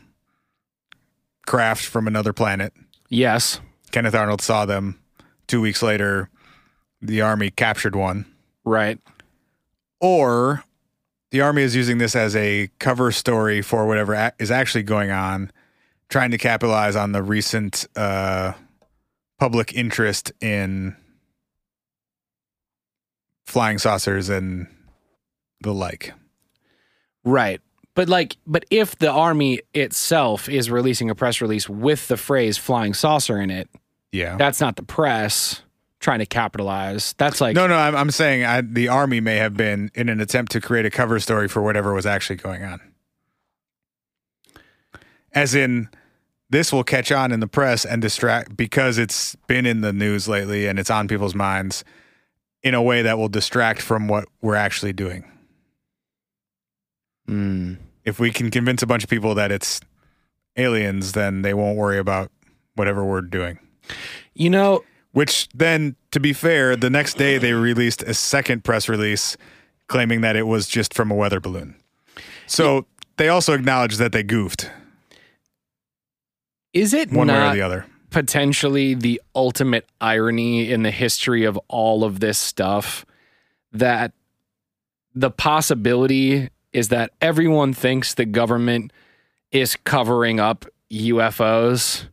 Speaker 1: craft from another planet.
Speaker 2: Yes.
Speaker 1: Kenneth Arnold saw them. Two weeks later, the army captured one.
Speaker 2: Right.
Speaker 1: Or the army is using this as a cover story for whatever ac is actually going on, trying to capitalize on the recent uh, public interest in flying saucers and the like.
Speaker 2: Right. But like but if the army itself is releasing a press release with the phrase flying saucer in it,
Speaker 1: Yeah.
Speaker 2: that's not the press trying to capitalize. That's like
Speaker 1: no, no, I'm, I'm saying I, the army may have been in an attempt to create a cover story for whatever was actually going on. As in, this will catch on in the press and distract because it's been in the news lately and it's on people's minds in a way that will distract from what we're actually doing.
Speaker 2: Mm.
Speaker 1: If we can convince a bunch of people that it's aliens, then they won't worry about whatever we're doing.
Speaker 2: You know,
Speaker 1: Which then, to be fair, the next day they released a second press release claiming that it was just from a weather balloon. So they also acknowledged that they goofed
Speaker 2: Is it
Speaker 1: one way
Speaker 2: not
Speaker 1: or the other.
Speaker 2: potentially the ultimate irony in the history of all of this stuff that the possibility is that everyone thinks the government is covering up UFOs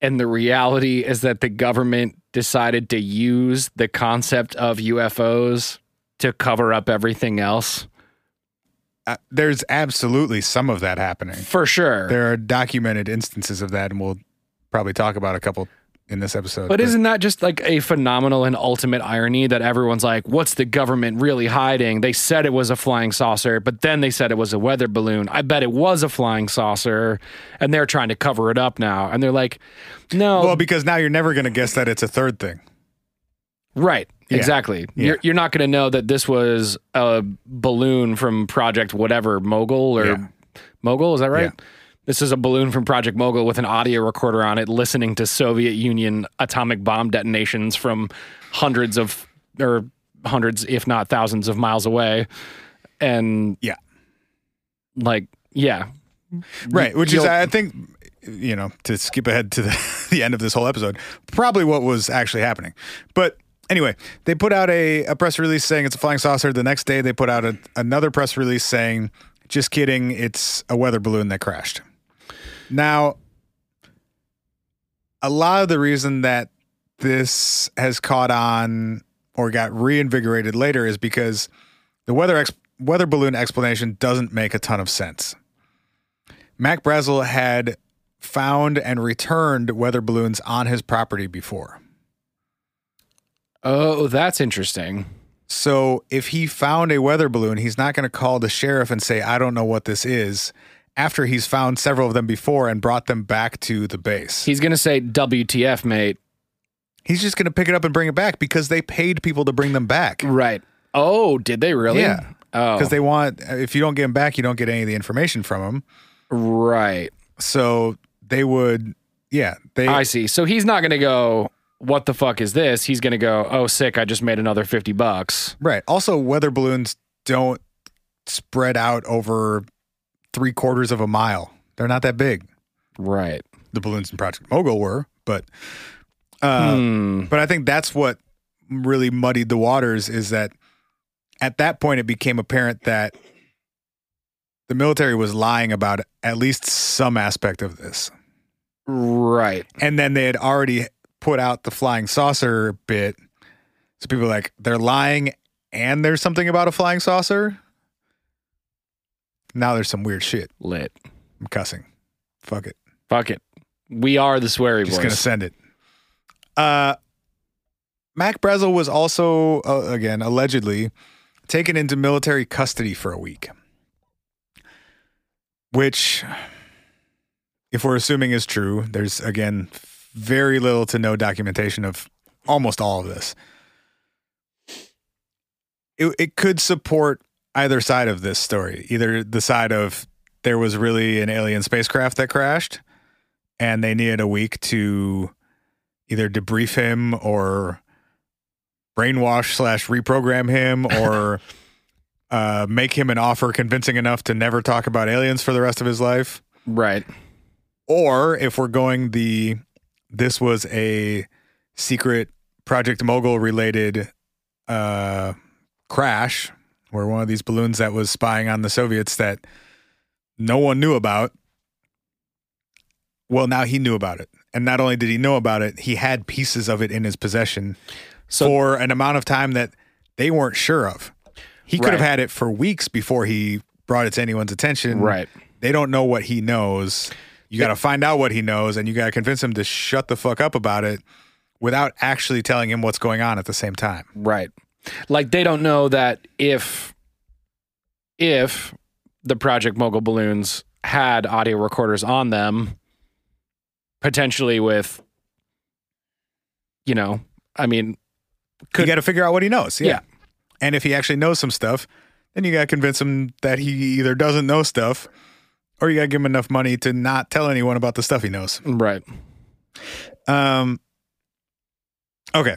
Speaker 2: and the reality is that the government decided to use the concept of UFOs to cover up everything else
Speaker 1: Uh, there's absolutely some of that happening.
Speaker 2: for sure
Speaker 1: There are documented instances of that, and we'll probably talk about a couple in this episode.
Speaker 2: But isn't that just like a phenomenal and ultimate irony that everyone's like, what's the government really hiding? They said it was a flying saucer, but then they said it was a weather balloon. I bet it was a flying saucer, and they're trying to cover it up now. And they're like, no,
Speaker 1: well, because now you're never going to guess that it's a third thing.
Speaker 2: right.
Speaker 1: Yeah.
Speaker 2: Exactly.
Speaker 1: Yeah.
Speaker 2: You're, you're not going to know that this was a balloon from Project whatever, Mogul or
Speaker 1: Yeah.
Speaker 2: Mogul, is that right?
Speaker 1: Yeah.
Speaker 2: This is a balloon from Project Mogul with an audio recorder on it, listening to Soviet Union atomic bomb detonations from hundreds of, or hundreds, if not thousands of miles away. And
Speaker 1: Yeah.
Speaker 2: like, yeah,
Speaker 1: Right, which is
Speaker 2: you'll-
Speaker 1: I think you know to skip ahead to the, the end of this whole episode, probably what was actually happening. But anyway, they put out a, a press release saying it's a flying saucer. The next day, they put out a, another press release saying, "Just kidding, it's a weather balloon that crashed." Now, a lot of the reason that this has caught on or got reinvigorated later is because the weather ex- weather balloon explanation doesn't make a ton of sense. Mac Brazel had found and returned weather balloons on his property before.
Speaker 2: Oh, that's interesting.
Speaker 1: So if he found a weather balloon, he's not going to call the sheriff and say, I don't know what this is, after he's found several of them before and brought them back to the base.
Speaker 2: He's going to say, WTF, mate.
Speaker 1: He's just going to pick it up and bring it back because they paid people to bring them back.
Speaker 2: Right. Oh, did they really?
Speaker 1: Yeah.
Speaker 2: Oh,
Speaker 1: Because they want, if you don't get them back, you don't get any of the information from them.
Speaker 2: right.
Speaker 1: So they would, yeah, they
Speaker 2: I see. So he's not going to go, what the fuck is this? He's going to go, oh, sick. I just made another 50 bucks.
Speaker 1: Right. Also, weather balloons don't spread out over three quarters of a mile. They're not that big.
Speaker 2: Right.
Speaker 1: The balloons in Project Mogul were, but uh,
Speaker 2: Hmm.
Speaker 1: but I think that's what really muddied the waters is that at that point it became apparent that the military was lying about at least some aspect of this,
Speaker 2: Right.
Speaker 1: and then they had already put out the flying saucer bit, so people were like they're lying and there's something about a flying saucer. Now there's some weird shit.
Speaker 2: Lit.
Speaker 1: I'm cussing. Fuck it.
Speaker 2: Fuck it. We are the sweary
Speaker 1: Just
Speaker 2: boys.
Speaker 1: gonna send it. Uh, Mac Brazel was also uh, again allegedly taken into military custody for a week, which, if we're assuming is true, there's again very little to no documentation of almost all of this. It it could support either side of this story, either the side of there was really an alien spacecraft that crashed and they needed a week to either debrief him or brainwash slash reprogram him or uh, make him an offer convincing enough to never talk about aliens for the rest of his life.
Speaker 2: right.
Speaker 1: Or if we're going the this was a secret Project Mogul related uh, crash where one of these balloons that was spying on the Soviets that no one knew about. Well, now he knew about it. And not only did he know about it, he had pieces of it in his possession
Speaker 2: So-
Speaker 1: for an amount of time that they weren't sure of. He could have
Speaker 2: Right.
Speaker 1: had it for weeks before he brought it to anyone's attention.
Speaker 2: Right.
Speaker 1: They don't know what he knows. You got to find out what he knows and you got to convince him to shut the fuck up about it without actually telling him what's going on at the same time.
Speaker 2: Right. Like they don't know that if if the Project Mogul balloons had audio recorders on them, potentially with you know, I mean, Could-
Speaker 1: you got to figure out what he knows. Yeah.
Speaker 2: Yeah.
Speaker 1: And if he actually knows some stuff, then you got to convince him that he either doesn't know stuff or you got to give him enough money to not tell anyone about the stuff he knows.
Speaker 2: right.
Speaker 1: Um, Okay.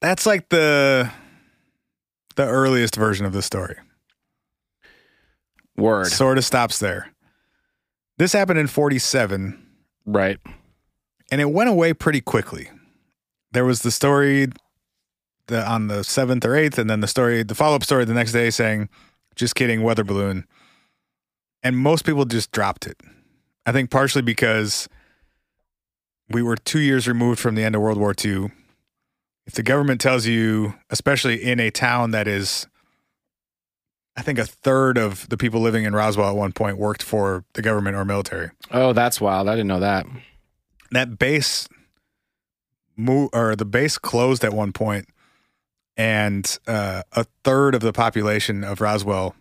Speaker 1: That's like the the earliest version of the story.
Speaker 2: Word.
Speaker 1: Sort of stops there. This happened in 47
Speaker 2: Right.
Speaker 1: and it went away pretty quickly. There was the story the, on the 7th or 8th, and then the story, the follow up story the next day saying, just kidding, weather balloon. And most people just dropped it. I think partially because we were two years removed from the end of World War II. If the government tells you, especially in a town that is, I think a third of the people living in Roswell at one point worked for the government or military
Speaker 2: Oh, that's wild. I didn't know that.
Speaker 1: that base mo- or the base closed at one point and uh, a third of the population of Roswell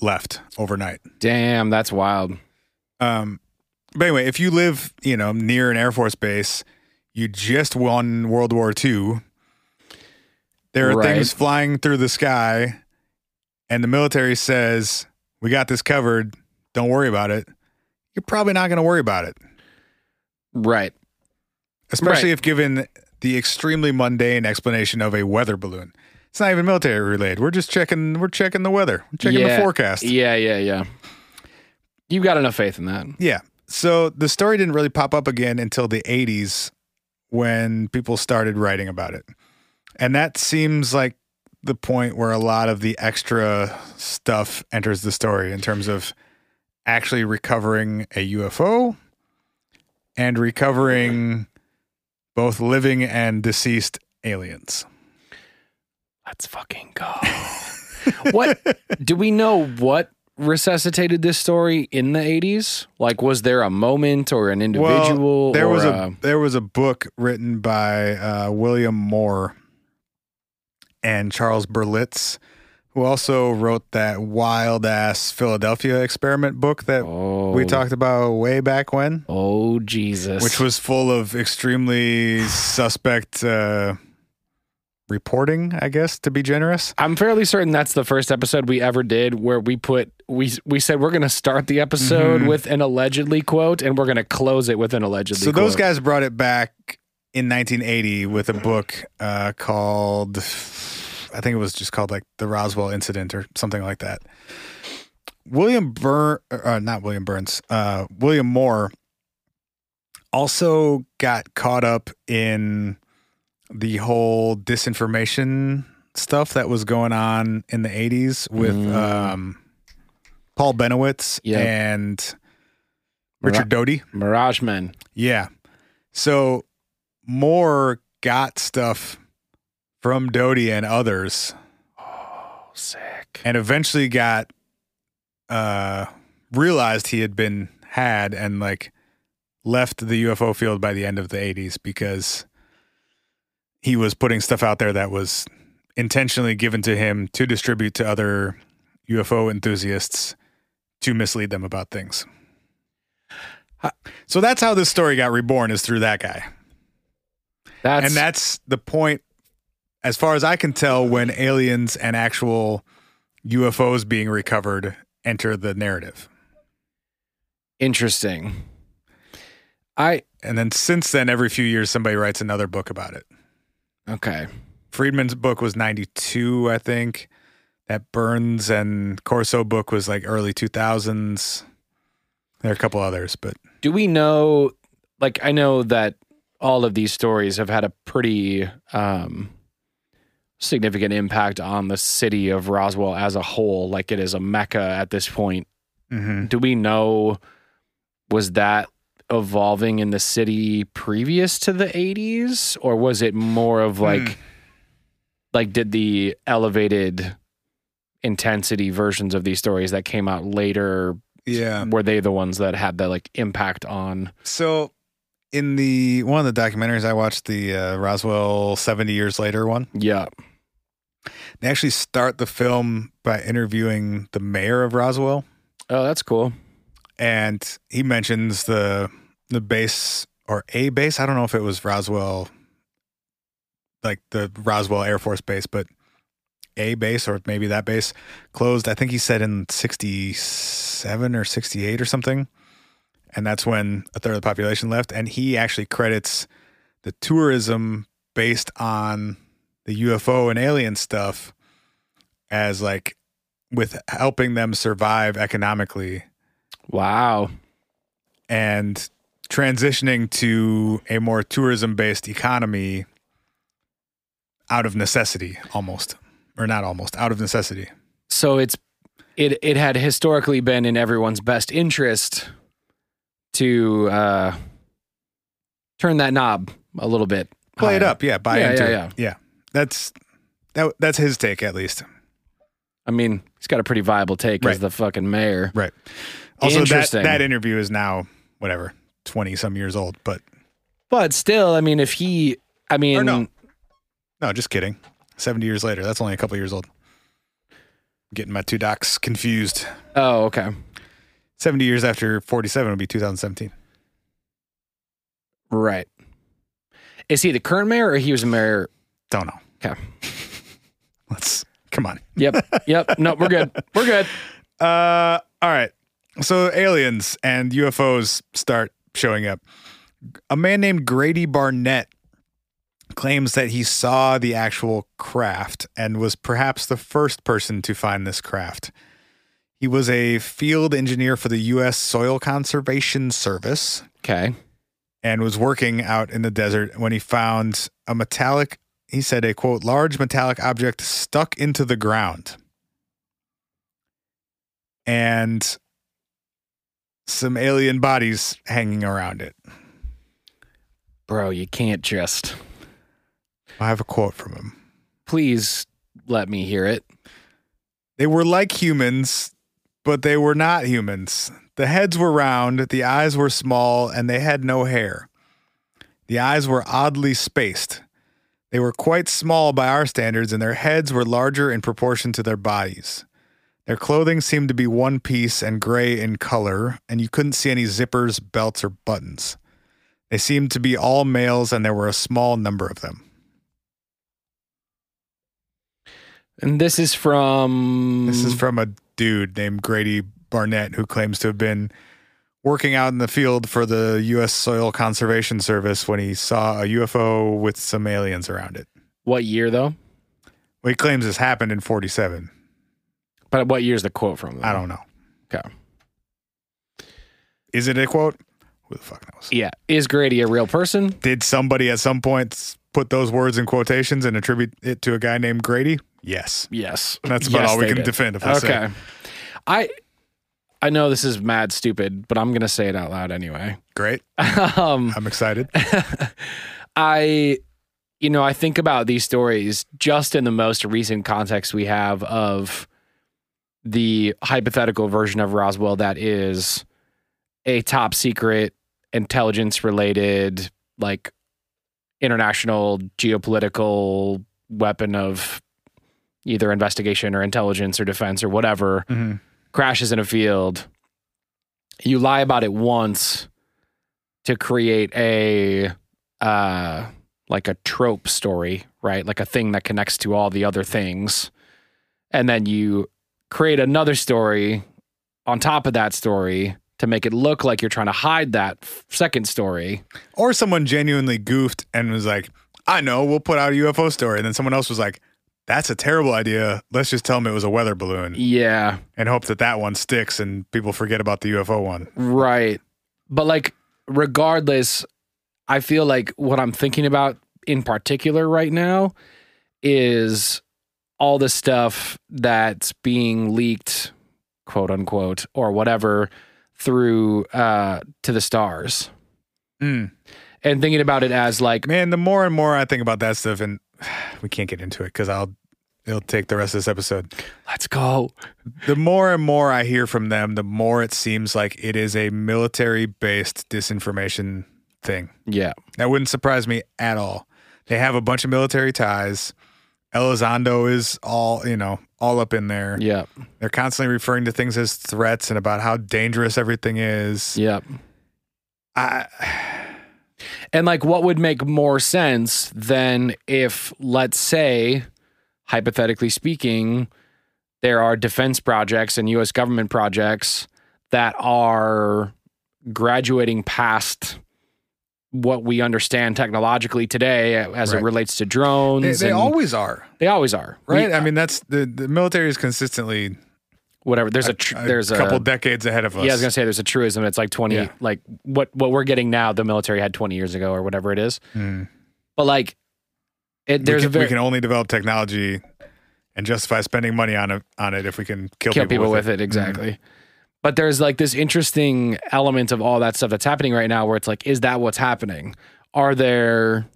Speaker 1: left overnight.
Speaker 2: Damn, that's wild.
Speaker 1: Um, but anyway, if you live, you know, near an Air Force base, you just won World War II. There are
Speaker 2: Right.
Speaker 1: things flying through the sky, and the military says, "We got this covered. Don't worry about it." You're probably not going to worry about it.
Speaker 2: Right.
Speaker 1: especially
Speaker 2: Right.
Speaker 1: if given the extremely mundane explanation of a weather balloon. It's not even military related. We're just checking. We're checking the weather. We're checking
Speaker 2: Yeah.
Speaker 1: the forecast.
Speaker 2: Yeah, yeah, yeah. You've got enough faith in that.
Speaker 1: Yeah. So the story didn't really pop up again until the 80s when people started writing about it. And that seems like the point where a lot of the extra stuff enters the story in terms of actually recovering a UFO and recovering both living and deceased aliens.
Speaker 2: Let's fucking go. what do we know what resuscitated this story in the 80s? Like was there a moment or an
Speaker 1: Well,
Speaker 2: individual
Speaker 1: there
Speaker 2: or
Speaker 1: was a,
Speaker 2: uh,
Speaker 1: there was a book written by uh, William Moore and Charles Berlitz, who also wrote that wild ass Philadelphia experiment book that
Speaker 2: oh,
Speaker 1: we talked about way back when,
Speaker 2: Oh Jesus.
Speaker 1: which was full of extremely suspect uh, reporting, I guess, to be generous.
Speaker 2: I'm fairly certain that's the first episode we ever did where we put we we said we're going to start the episode
Speaker 1: Mhm.
Speaker 2: with an allegedly quote and we're going to close it with an allegedly
Speaker 1: So those
Speaker 2: quote.
Speaker 1: guys brought it back in 1980 with a book uh, called, I think it was just called like the Roswell Incident or something like that. William Burns, uh, not William Burns, uh, William Moore also got caught up in the whole disinformation stuff that was going on in the 80s with
Speaker 2: Mm.
Speaker 1: um, Paul Benowitz
Speaker 2: Yeah.
Speaker 1: and Richard Doty.
Speaker 2: Mirage Men.
Speaker 1: Yeah. So Moore got stuff from Doty and others
Speaker 2: Oh, sick.
Speaker 1: and eventually got uh realized he had been had and like left the UFO field by the end of the 80s because he was putting stuff out there that was intentionally given to him to distribute to other UFO enthusiasts to mislead them about things. So that's how this story got reborn is through that guy.
Speaker 2: That's
Speaker 1: and that's the point, as far as I can tell, when aliens and actual UFOs being recovered enter the narrative.
Speaker 2: interesting. I
Speaker 1: And then since then, every few years, somebody writes another book about it.
Speaker 2: okay.
Speaker 1: Friedman's book was 92, I think. That Burns and Corso book was like early 2000s. There are a couple others, but
Speaker 2: Do we know like I know that all of these stories have had a pretty um significant impact on the city of Roswell as a whole like it is a mecca at this point
Speaker 1: mhm.
Speaker 2: do we know was that evolving in the city previous to the 80s or was it more of like
Speaker 1: Hmm.
Speaker 2: like did the elevated intensity versions of these stories that came out later
Speaker 1: yeah.
Speaker 2: were they the ones that had the like impact on
Speaker 1: So in the one of the documentaries I watched, the uh, Roswell 70 years later one,
Speaker 2: yeah
Speaker 1: They actually start the film by interviewing the mayor of Roswell,
Speaker 2: oh that's cool
Speaker 1: and he mentions the the base or a base. I don't know if it was Roswell, like the Roswell Air Force Base, but a base or maybe that base closed. I think he said in '67 or '68 or something, and that's when a third of the population left. And he actually credits the tourism based on the UFO and alien stuff as like with helping them survive economically
Speaker 2: Wow.
Speaker 1: and transitioning to a more tourism based economy out of necessity almost or not almost out of necessity
Speaker 2: So it's it it had historically been in everyone's best interest to uh turn that knob a little bit.
Speaker 1: play it
Speaker 2: higher.
Speaker 1: up yeah buy
Speaker 2: Yeah,
Speaker 1: into
Speaker 2: yeah,
Speaker 1: it yeah that's that, that's his take at least
Speaker 2: I mean, he's got a pretty viable take as
Speaker 1: Right.
Speaker 2: the fucking mayor.
Speaker 1: Right. Also, that,
Speaker 2: Interesting.
Speaker 1: that interview is now whatever twenty some years old. But
Speaker 2: But still, I mean, if he, I mean,
Speaker 1: Or no. no, just kidding. Seventy years later, that's only a couple years old. Getting my two docs confused.
Speaker 2: oh, okay,
Speaker 1: Seventy years after forty-seven would be two thousand seventeen.
Speaker 2: right. Is he the current mayor or he was a mayor?
Speaker 1: Don't know.
Speaker 2: Okay.
Speaker 1: Let's come on.
Speaker 2: Yep. Yep. no, we're good. We're good.
Speaker 1: Uh, all right. So aliens and UFOs start showing up. A man named Grady Barnett claims that he saw the actual craft and was perhaps the first person to find this craft. He was a field engineer for the U.S. Soil Conservation Service
Speaker 2: Okay.
Speaker 1: and was working out in the desert when he found a metallic, he said, a quote, large metallic object stuck into the ground. And some alien bodies hanging around it.
Speaker 2: Bro, you can't just.
Speaker 1: I have a quote from him.
Speaker 2: Please let me hear it.
Speaker 1: They were like humans, but they were not humans. The heads were round, the eyes were small, and they had no hair. The eyes were oddly spaced. They were quite small by our standards, and their heads were larger in proportion to their bodies. Their clothing seemed to be one piece and gray in color, and you couldn't see any zippers, belts, or buttons. They seemed to be all males, and there were a small number of them.
Speaker 2: And this is from.
Speaker 1: This is from a dude named Grady Barnett who claims to have been working out in the field for the U.S. Soil Conservation Service when he saw a UFO with some aliens around it.
Speaker 2: what year though?
Speaker 1: Well, he claims this happened in 47.
Speaker 2: But what year's the quote from? Though?
Speaker 1: I don't know.
Speaker 2: Okay.
Speaker 1: Is it a quote? Who the fuck knows?
Speaker 2: Yeah. Is Grady a real person?
Speaker 1: Did somebody at some point s- put those words in quotations and attribute it to a guy named Grady? Yes.
Speaker 2: Yes.
Speaker 1: That's about
Speaker 2: Yes,
Speaker 1: all we
Speaker 2: they
Speaker 1: can
Speaker 2: did.
Speaker 1: defend if I say.
Speaker 2: Okay. I I know this is mad stupid, but I'm gonna say it out loud anyway.
Speaker 1: Great.
Speaker 2: um,
Speaker 1: I'm excited.
Speaker 2: I you know I think about these stories just in the most recent context we have of the hypothetical version of Roswell that is a top secret intelligence related like international geopolitical weapon of either investigation or intelligence or defense or whatever
Speaker 1: Mhm.
Speaker 2: crashes in a field. You lie about it once to create a uh like a trope story, right? Like a thing that connects to all the other things. And then you create another story on top of that story to make it look like you're trying to hide that f- second story.
Speaker 1: Or someone genuinely goofed and was like, I know, we'll put out a UFO story. And then someone else was like, that's a terrible idea. Let's just tell them it was a weather balloon
Speaker 2: Yeah.
Speaker 1: and hope that that one sticks and people forget about the UFO one.
Speaker 2: Right. But like regardless, I feel like what I'm thinking about in particular right now is all the stuff that's being leaked, quote unquote, or whatever through uh to the stars. And thinking about it as like
Speaker 1: Hmm. Man, the more and more I think about that stuff, and we can't get into it because I'll. It'll take the rest of this episode.
Speaker 2: let's go.
Speaker 1: The more and more I hear from them, the more it seems like it is a military based disinformation thing.
Speaker 2: Yeah.
Speaker 1: That wouldn't surprise me at all. They have a bunch of military ties. Elizondo is all, you know, all up in there.
Speaker 2: Yeah.
Speaker 1: They're constantly referring to things as threats and about how dangerous everything is.
Speaker 2: Yeah.
Speaker 1: I,
Speaker 2: And like, what would make more sense than if, let's say, hypothetically speaking, there are defense projects and US government projects that are graduating past what we understand technologically today as
Speaker 1: Right.
Speaker 2: it relates to drones.
Speaker 1: They, they
Speaker 2: and-
Speaker 1: always are,
Speaker 2: they always are,
Speaker 1: right?
Speaker 2: We-
Speaker 1: I mean, that's the, the military is consistently
Speaker 2: whatever. There's a, tr-
Speaker 1: a
Speaker 2: there's a
Speaker 1: couple decades ahead of us.
Speaker 2: Yeah, I was gonna say there's a truism. It's like twenty,
Speaker 1: Yeah.
Speaker 2: like what what we're getting now, the military had twenty years ago or whatever it is.
Speaker 1: Mm.
Speaker 2: But like, it,
Speaker 1: we,
Speaker 2: there's
Speaker 1: can,
Speaker 2: a very
Speaker 1: we can only develop technology and justify spending money on it on it if we can kill,
Speaker 2: kill people, with, it,
Speaker 1: Mm-hmm.
Speaker 2: exactly. But there's like this interesting element of all that stuff that's happening right now, where it's like, is that what's happening? Are there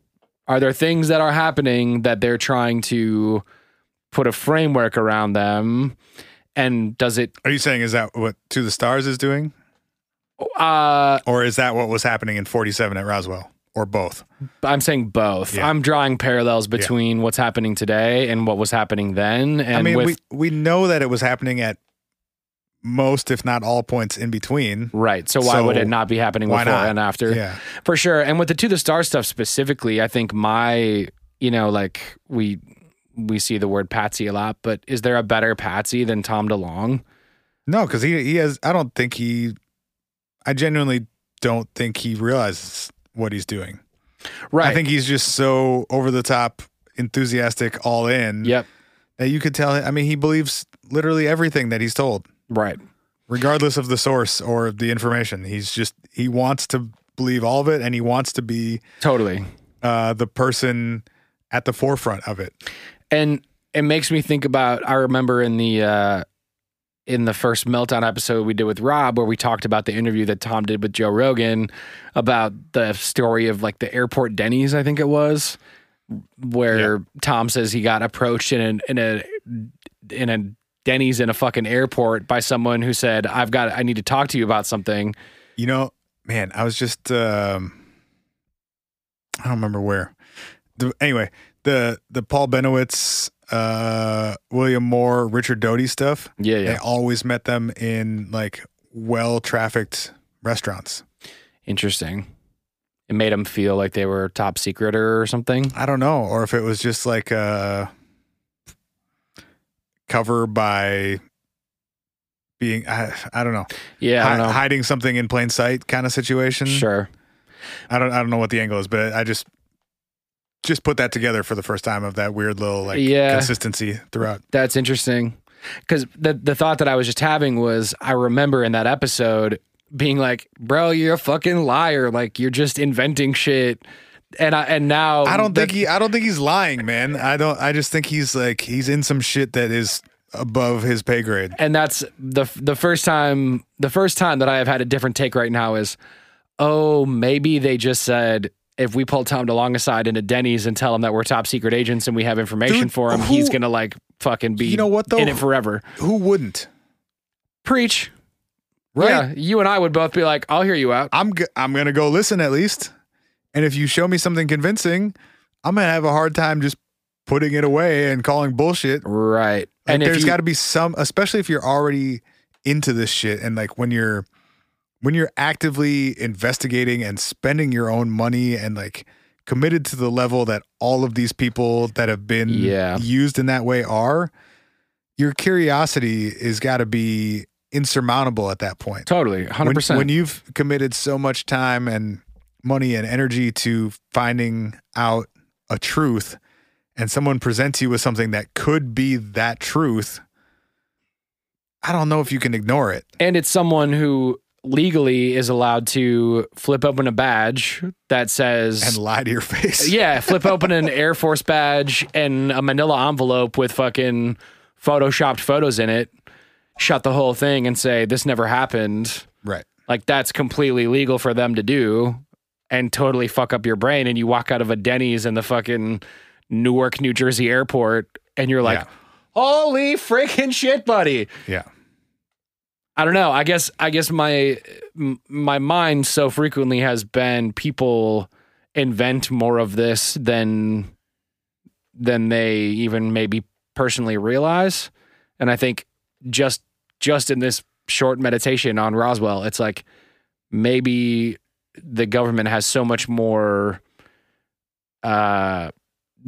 Speaker 2: are there things that are happening that they're trying to put a framework around them? And does it?
Speaker 1: Are you saying is that what To the Stars is doing,
Speaker 2: Uh,
Speaker 1: or is that what was happening in '47 at Roswell, or both?
Speaker 2: I'm saying both.
Speaker 1: Yeah.
Speaker 2: I'm drawing parallels between what's happening today and what was happening then. And
Speaker 1: I mean,
Speaker 2: with,
Speaker 1: we we know that it was happening at most, if not all, points in between.
Speaker 2: Right. So why
Speaker 1: So
Speaker 2: would it not be happening
Speaker 1: why
Speaker 2: before
Speaker 1: not?
Speaker 2: and after?
Speaker 1: Yeah,
Speaker 2: For sure. And with the To the Star stuff specifically, I think my, you know, like we we see the word patsy a lot, but is there a better patsy than Tom DeLong?
Speaker 1: no, because he he has. I don't think he. I genuinely don't think he realizes what he's doing.
Speaker 2: Right.
Speaker 1: I think he's just so over the top, enthusiastic, all in.
Speaker 2: Yep.
Speaker 1: That you could tell. I mean, he believes literally everything that he's told.
Speaker 2: Right.
Speaker 1: regardless of the source or the information. He's just he wants to believe all of it, and he wants to be
Speaker 2: Totally.
Speaker 1: uh, the person at the forefront of it.
Speaker 2: and it makes me think about i remember in the uh in the first meltdown episode we did with rob where we talked about the interview that tom did with joe rogan about the story of like the airport denny's i think it was where tom says he got approached in an in a in a denny's in a fucking airport by someone who said i've got i need to talk to you about something
Speaker 1: You know, man, I was just um, I don't remember where. The, anyway, the the Paul Benowitz, uh, William Moore, Richard Doty stuff.
Speaker 2: yeah
Speaker 1: I always met them in like well trafficked restaurants.
Speaker 2: interesting it made him feel like they were top secret or something
Speaker 1: I don't know, or if it was just like a cover by being I, I don't know,
Speaker 2: yeah i
Speaker 1: Hi-
Speaker 2: don't know
Speaker 1: hiding something in plain sight kind of situation.
Speaker 2: sure
Speaker 1: I don't I don't know what the angle is, but I just just put that together for the first time of that weird little like
Speaker 2: Yeah.
Speaker 1: consistency throughout.
Speaker 2: That's interesting. Because the, the thought that I was just having was I remember in that episode being like, bro, you're a fucking liar. Like you're just inventing shit. And I and now
Speaker 1: I don't
Speaker 2: Oh, that-
Speaker 1: think he I don't think he's lying, man. I don't I just think he's like he's in some shit that is above his pay grade.
Speaker 2: and that's the the first time the first time that I have had a different take right now is oh maybe they just said if we pull Tom DeLong aside into Denny's and tell him that we're top secret agents and we have information
Speaker 1: Dude,
Speaker 2: for him, he's
Speaker 1: who-
Speaker 2: gonna like fucking be
Speaker 1: You know what, though?
Speaker 2: in it forever.
Speaker 1: Who wouldn't?
Speaker 2: Preach.
Speaker 1: Right?
Speaker 2: Yeah, you and I would both be like, I'll hear you out.
Speaker 1: I'm g- I'm gonna go listen at least, and if you show me something convincing, I'm gonna have a hard time just putting it away and calling bullshit. Like,
Speaker 2: Right.
Speaker 1: and
Speaker 2: if
Speaker 1: there's
Speaker 2: you-
Speaker 1: got to be some, especially if you're already into this shit, and like when you're when you're actively investigating and spending your own money and like committed to the level that all of these people that have been
Speaker 2: Yeah.
Speaker 1: used in that way are, your curiosity is got to be insurmountable at that point.
Speaker 2: Totally, hundred
Speaker 1: When-
Speaker 2: percent.
Speaker 1: When you've committed so much time and money and energy to finding out a truth, and someone presents you with something that could be that truth, I don't know if you can ignore it.
Speaker 2: and it's someone who legally is allowed to flip open a badge that
Speaker 1: And
Speaker 2: says,
Speaker 1: lie to your face.
Speaker 2: "Yeah, flip open an Air Force badge and a Manila envelope with fucking photoshopped photos in it, shut the whole thing, and say this never happened."
Speaker 1: Right.
Speaker 2: Like that's completely legal for them to do, and totally fuck up your brain, and you walk out of a Denny's in the fucking Newark, New Jersey airport, and you're like.
Speaker 1: Yeah.
Speaker 2: Holy freaking shit, buddy.
Speaker 1: Yeah.
Speaker 2: I don't know. I guess I guess my m- my mind so frequently has been people invent more of this than than they even maybe personally realize. And I think just just in this short meditation on Roswell, it's like maybe the government has so much more uh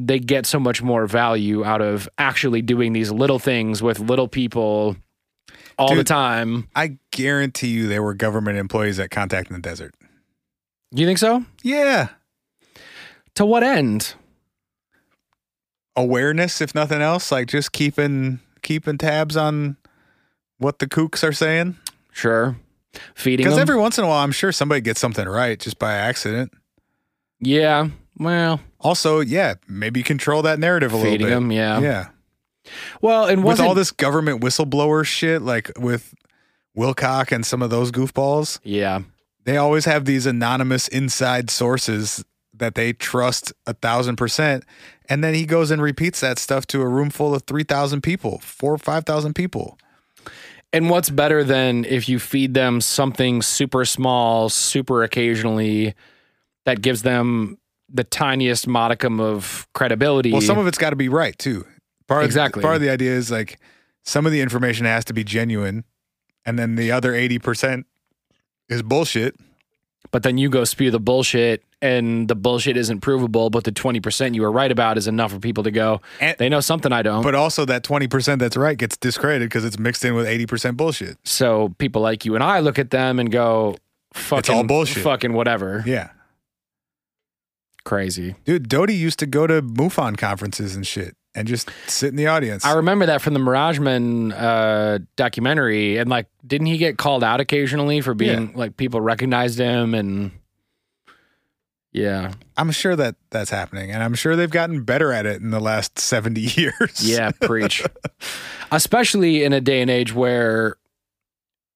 Speaker 2: they get so much more value out of actually doing these little things with little people all the
Speaker 1: Dude,
Speaker 2: time.
Speaker 1: I guarantee you there were government employees at Contact in the Desert.
Speaker 2: You think so?
Speaker 1: Yeah.
Speaker 2: To what end?
Speaker 1: Awareness, if nothing else, like just keeping keeping tabs on what the kooks are saying.
Speaker 2: Sure. Feeding
Speaker 1: Because
Speaker 2: them?
Speaker 1: every once in a while, I'm sure somebody gets something right just by accident.
Speaker 2: yeah. Well,
Speaker 1: Also, yeah, maybe control that narrative a little
Speaker 2: feeding
Speaker 1: bit.
Speaker 2: them. Yeah.
Speaker 1: Yeah.
Speaker 2: Well, and
Speaker 1: With
Speaker 2: wasn't
Speaker 1: all this government whistleblower shit, like with Wilcock and some of those goofballs,
Speaker 2: Yeah.
Speaker 1: they always have these anonymous inside sources that they trust a thousand percent. And then he goes and repeats that stuff to a room full of 3,000 people, four or 5,000 people.
Speaker 2: And what's better than if you feed them something super small, super occasionally, that gives them the tiniest modicum of credibility?
Speaker 1: Well, some of it's got to be right too. Part
Speaker 2: Exactly.
Speaker 1: Of, part of the idea is like some of the information has to be genuine, and then the other eighty percent is bullshit.
Speaker 2: but then you go spew the bullshit, and the bullshit isn't provable. But the twenty percent you were right about is enough for people to go.
Speaker 1: And-
Speaker 2: they know something I don't.
Speaker 1: But also that twenty percent that's right gets discredited because it's mixed in with eighty percent bullshit.
Speaker 2: so people like you and I look at them and go, "Fucking
Speaker 1: all bullshit."
Speaker 2: Fucking whatever.
Speaker 1: Yeah,
Speaker 2: Crazy.
Speaker 1: dude. Doty used to go to MUFON conferences and shit, and just sit in the audience.
Speaker 2: I remember that from the Mirage Men uh, documentary, and like, didn't he get called out occasionally for being like people recognized him and yeah,
Speaker 1: I'm sure that that's happening, and I'm sure they've gotten better at it in the last seventy years.
Speaker 2: yeah, preach. Especially in a day and age where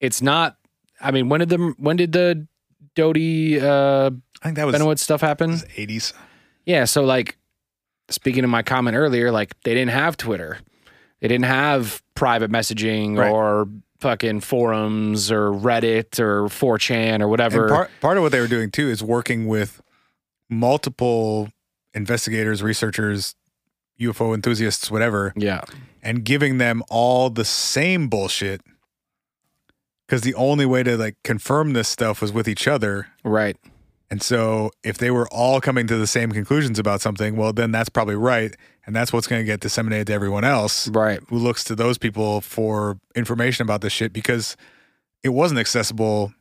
Speaker 2: it's not. I mean, when did the when did the Doty uh,
Speaker 1: I think that was
Speaker 2: Benowitz stuff happen?
Speaker 1: eighties.
Speaker 2: Yeah, so like speaking of my comment earlier, like they didn't have Twitter. They didn't have private messaging
Speaker 1: Right.
Speaker 2: or fucking forums or Reddit or 4chan or whatever.
Speaker 1: And part part of what they were doing too is working with multiple investigators, researchers, UFO enthusiasts, whatever,
Speaker 2: yeah.
Speaker 1: and giving them all the same bullshit. Because the only way to like confirm this stuff was with each other.
Speaker 2: Right.
Speaker 1: And so if they were all coming to the same conclusions about something, well, then that's probably right. And that's what's going to get disseminated to everyone else
Speaker 2: Right.
Speaker 1: who looks to those people for information about this shit because it wasn't accessible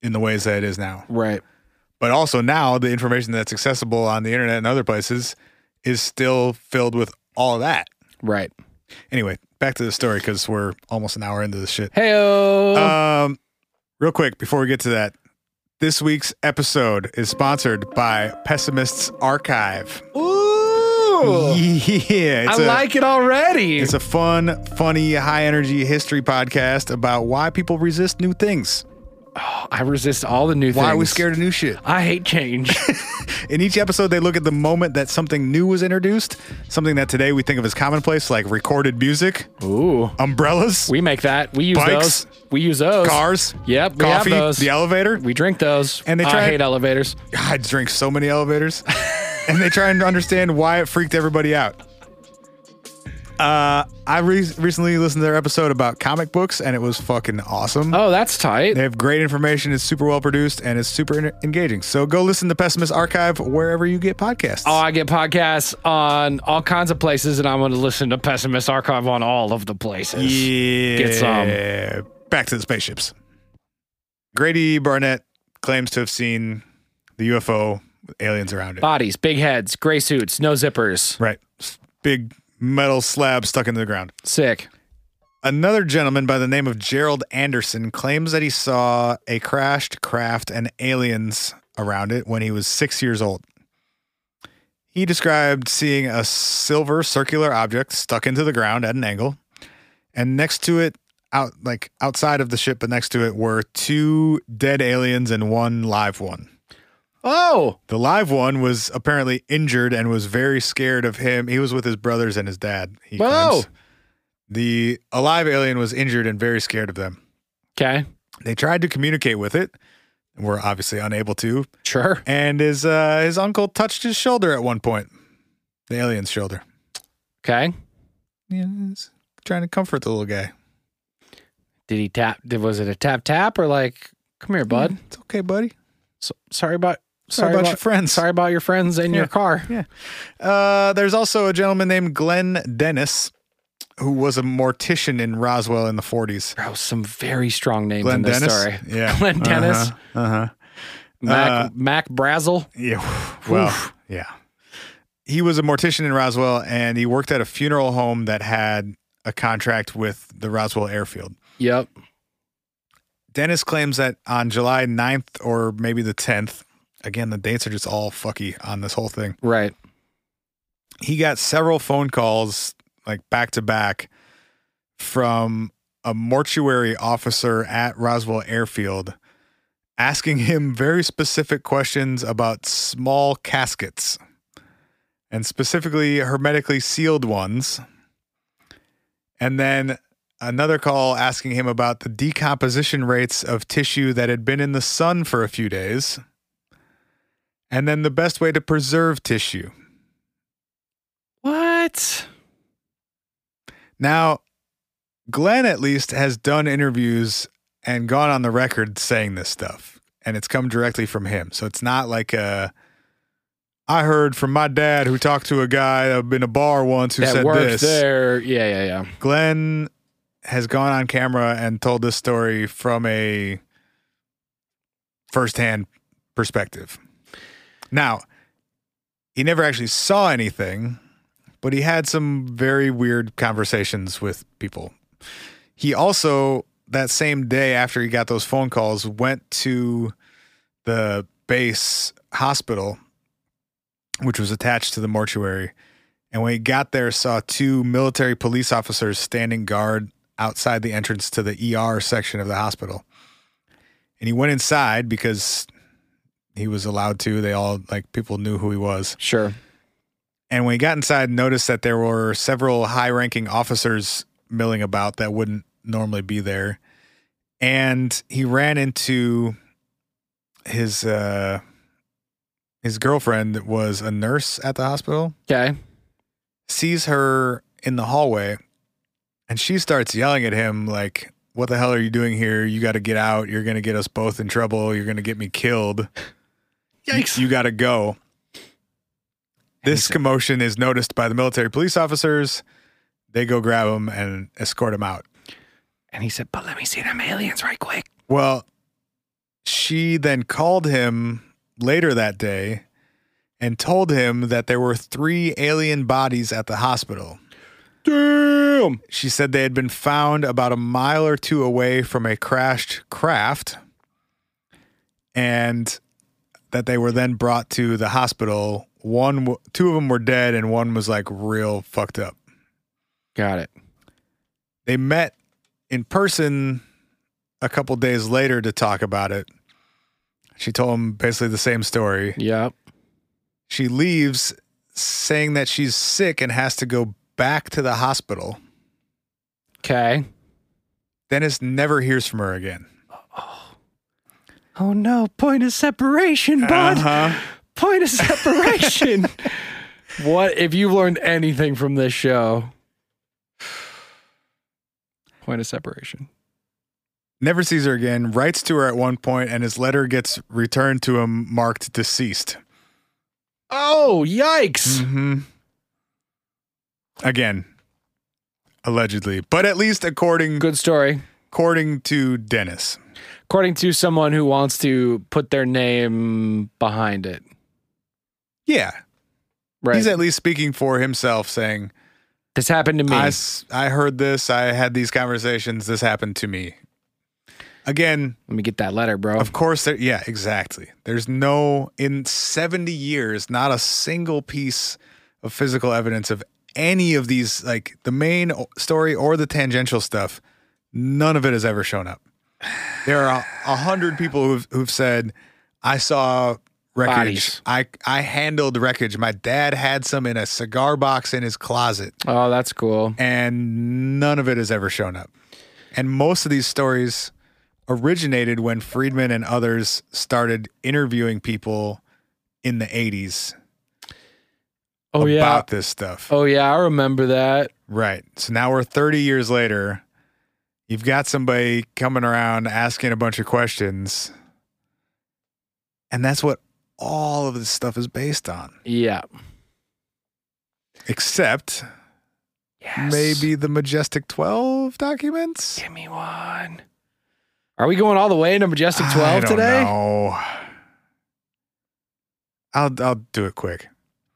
Speaker 1: in the ways that it is now.
Speaker 2: Right.
Speaker 1: But also now the information that's accessible on the internet and other places is still filled with all of that.
Speaker 2: Right.
Speaker 1: Anyway, back to the story because we're almost an hour into this shit.
Speaker 2: Hey
Speaker 1: Um, real quick before we get to that, this week's episode is sponsored by Pessimists Archive.
Speaker 2: Ooh.
Speaker 1: Uh, Yeah,
Speaker 2: I
Speaker 1: it's a-
Speaker 2: like it already.
Speaker 1: It's a fun, funny, high energy history podcast about why people resist new things,
Speaker 2: I resist all the new things.
Speaker 1: why are we scared of new shit.
Speaker 2: I hate change.
Speaker 1: In each episode, they look at the moment that something new was introduced, something that today we think of as commonplace, like recorded music,
Speaker 2: Ooh.
Speaker 1: umbrellas,
Speaker 2: We make that. We use
Speaker 1: Bikes.
Speaker 2: those. We use those.
Speaker 1: cars,
Speaker 2: Yep. We
Speaker 1: coffee,
Speaker 2: have those.
Speaker 1: the elevator.
Speaker 2: we drink those.
Speaker 1: And they
Speaker 2: I
Speaker 1: try-
Speaker 2: hate elevators.
Speaker 1: I drink so many elevators. and they try and understand why it freaked everybody out. Uh, I re- recently listened to their episode about comic books, and it was fucking awesome.
Speaker 2: Oh, that's tight.
Speaker 1: They have great information. It's super well produced and it's super en- engaging. So go listen to Pessimist Archive wherever you get podcasts.
Speaker 2: Oh, I get podcasts on all kinds of places, and I'm going to listen to Pessimist Archive on all of the places.
Speaker 1: Yeah.
Speaker 2: Get
Speaker 1: Back to the spaceships. Grady Barnett claims to have seen the UFO with aliens around it.
Speaker 2: Bodies, big heads, gray suits, no zippers.
Speaker 1: Right. S- Big metal slab stuck into the ground.
Speaker 2: Sick.
Speaker 1: Another gentleman by the name of Gerald Anderson claims that he saw a crashed craft and aliens around it when he was six years old. He described seeing a silver circular object stuck into the ground at an angle, and next to it, out like outside of the ship, but next to it were two dead aliens and one live one.
Speaker 2: Oh,
Speaker 1: The live one was apparently injured and was very scared of him. He was with his brothers and his dad. He
Speaker 2: Whoa.
Speaker 1: claims. The alive alien was injured and very scared of them.
Speaker 2: okay.
Speaker 1: They tried to communicate with it, and were obviously unable to.
Speaker 2: Sure.
Speaker 1: And his uh, his uncle touched his shoulder at one point, the alien's shoulder.
Speaker 2: Okay.
Speaker 1: Yeah, he's trying to comfort the little guy.
Speaker 2: Did he tap? Did was it a tap tap or like, come here, bud?
Speaker 1: It's okay, buddy.
Speaker 2: So, sorry about
Speaker 1: Hmm. Sorry, about, your friends.
Speaker 2: sorry about your friends and your
Speaker 1: Yeah.
Speaker 2: car.
Speaker 1: Uh, there's also a gentleman named Glenn Dennis, who was a mortician in Roswell in the 40s.
Speaker 2: Bro, some very strong names
Speaker 1: Glenn
Speaker 2: in this
Speaker 1: Dennis.
Speaker 2: story.
Speaker 1: Yeah. Uh-huh.
Speaker 2: Glenn Dennis.
Speaker 1: Uh huh.
Speaker 2: Mac, Mac Brazel.
Speaker 1: Yeah. Well, yeah. He was a mortician in Roswell and he worked at a funeral home that had a contract with the Roswell airfield.
Speaker 2: Yep.
Speaker 1: Dennis claims that on July 9th or maybe the 10th, again, the dates are just all fucky on this whole thing.
Speaker 2: Right.
Speaker 1: He got several phone calls, like back to back, from a mortuary officer at Roswell Airfield asking him very specific questions about small caskets and specifically hermetically sealed ones. And then another call asking him about the decomposition rates of tissue that had been in the sun for a few days, and then the best way to preserve tissue.
Speaker 2: What?
Speaker 1: Now, Glenn at least has done interviews and gone on the record saying this stuff, and it's come directly from him. So it's not like a. I heard from my dad who talked to a guy in a bar once who
Speaker 2: that
Speaker 1: said
Speaker 2: worked
Speaker 1: this.
Speaker 2: there. Yeah, yeah, yeah.
Speaker 1: Glenn has gone on camera and told this story from a firsthand perspective. Now, he never actually saw anything, but he had some very weird conversations with people. He also, that same day after he got those phone calls, went to the base hospital, which was attached to the mortuary. And when he got there, saw two military police officers standing guard outside the entrance to the ER section of the hospital. And he went inside because he was allowed to. They all like people knew who he was.
Speaker 2: Sure.
Speaker 1: And when he got inside, noticed that there were several high-ranking officers milling about that wouldn't normally be there. And he ran into his uh his girlfriend that was a nurse at the hospital
Speaker 2: Okay.
Speaker 1: sees her in the hallway and she starts yelling at him like what the hell are you doing here you got to get out you're going to get us both in trouble you're going to get me killed
Speaker 2: Yikes.
Speaker 1: you got to go this
Speaker 2: Amazing.
Speaker 1: commotion is noticed by the military police officers they go grab him and escort him out
Speaker 2: And he said, "But let me see them aliens right quick."
Speaker 1: Well, she then called him later that day and told him that there were three alien bodies at the hospital. Damn. She said they had been found about a mile or two away from a crashed craft and that they were then brought to the hospital. One w- two of them were dead and one was like real fucked up
Speaker 2: Got it.
Speaker 1: they met in person a couple days later to talk about it. She told him basically the same story.
Speaker 2: Yep.
Speaker 1: She leaves saying that she's sick and has to go back to the hospital.
Speaker 2: Okay.
Speaker 1: Dennis never hears from her again.
Speaker 2: Oh no! Point of separation, bud.
Speaker 1: Uh-huh.
Speaker 2: Point of separation. what if you've learned anything from this show? Point of separation.
Speaker 1: Never sees her again, writes to her at one point, and his letter gets returned to him marked deceased.
Speaker 2: Oh yikes!
Speaker 1: Mm-hmm. Again, allegedly, but at least according
Speaker 2: Good story.
Speaker 1: according to Dennis.
Speaker 2: According to someone who wants to put their name behind it,
Speaker 1: Yeah,
Speaker 2: right?
Speaker 1: He's at least speaking for himself, saying,
Speaker 2: this happened to me.
Speaker 1: I, s- I heard this. I had these conversations. This happened to me. Again,
Speaker 2: Let me get that letter, bro.
Speaker 1: of course, there, yeah, exactly. There's no, in 70 years, not a single piece of physical evidence of any of these, like the main o- story or the tangential stuff, none of it has ever shown up. There are a hundred people who've, who've said, I saw wreckage.
Speaker 2: Bodies.
Speaker 1: I, I handled wreckage. My dad had some in a cigar box in his closet
Speaker 2: Oh, that's cool.
Speaker 1: and none of it has ever shown up. And most of these stories originated when Friedman and others started interviewing people in the 80s
Speaker 2: Oh
Speaker 1: about
Speaker 2: yeah.
Speaker 1: this stuff.
Speaker 2: Oh yeah, I remember that.
Speaker 1: Right. So now we're 30 years later. You've got somebody coming around asking a bunch of questions. And that's what all of this stuff is based on,
Speaker 2: Yeah.
Speaker 1: except
Speaker 2: Yes.
Speaker 1: maybe the Majestic 12 documents.
Speaker 2: Give me one. Are we going all the way to Majestic
Speaker 1: I
Speaker 2: 12
Speaker 1: don't
Speaker 2: today?
Speaker 1: know. I'll I'll do it quick.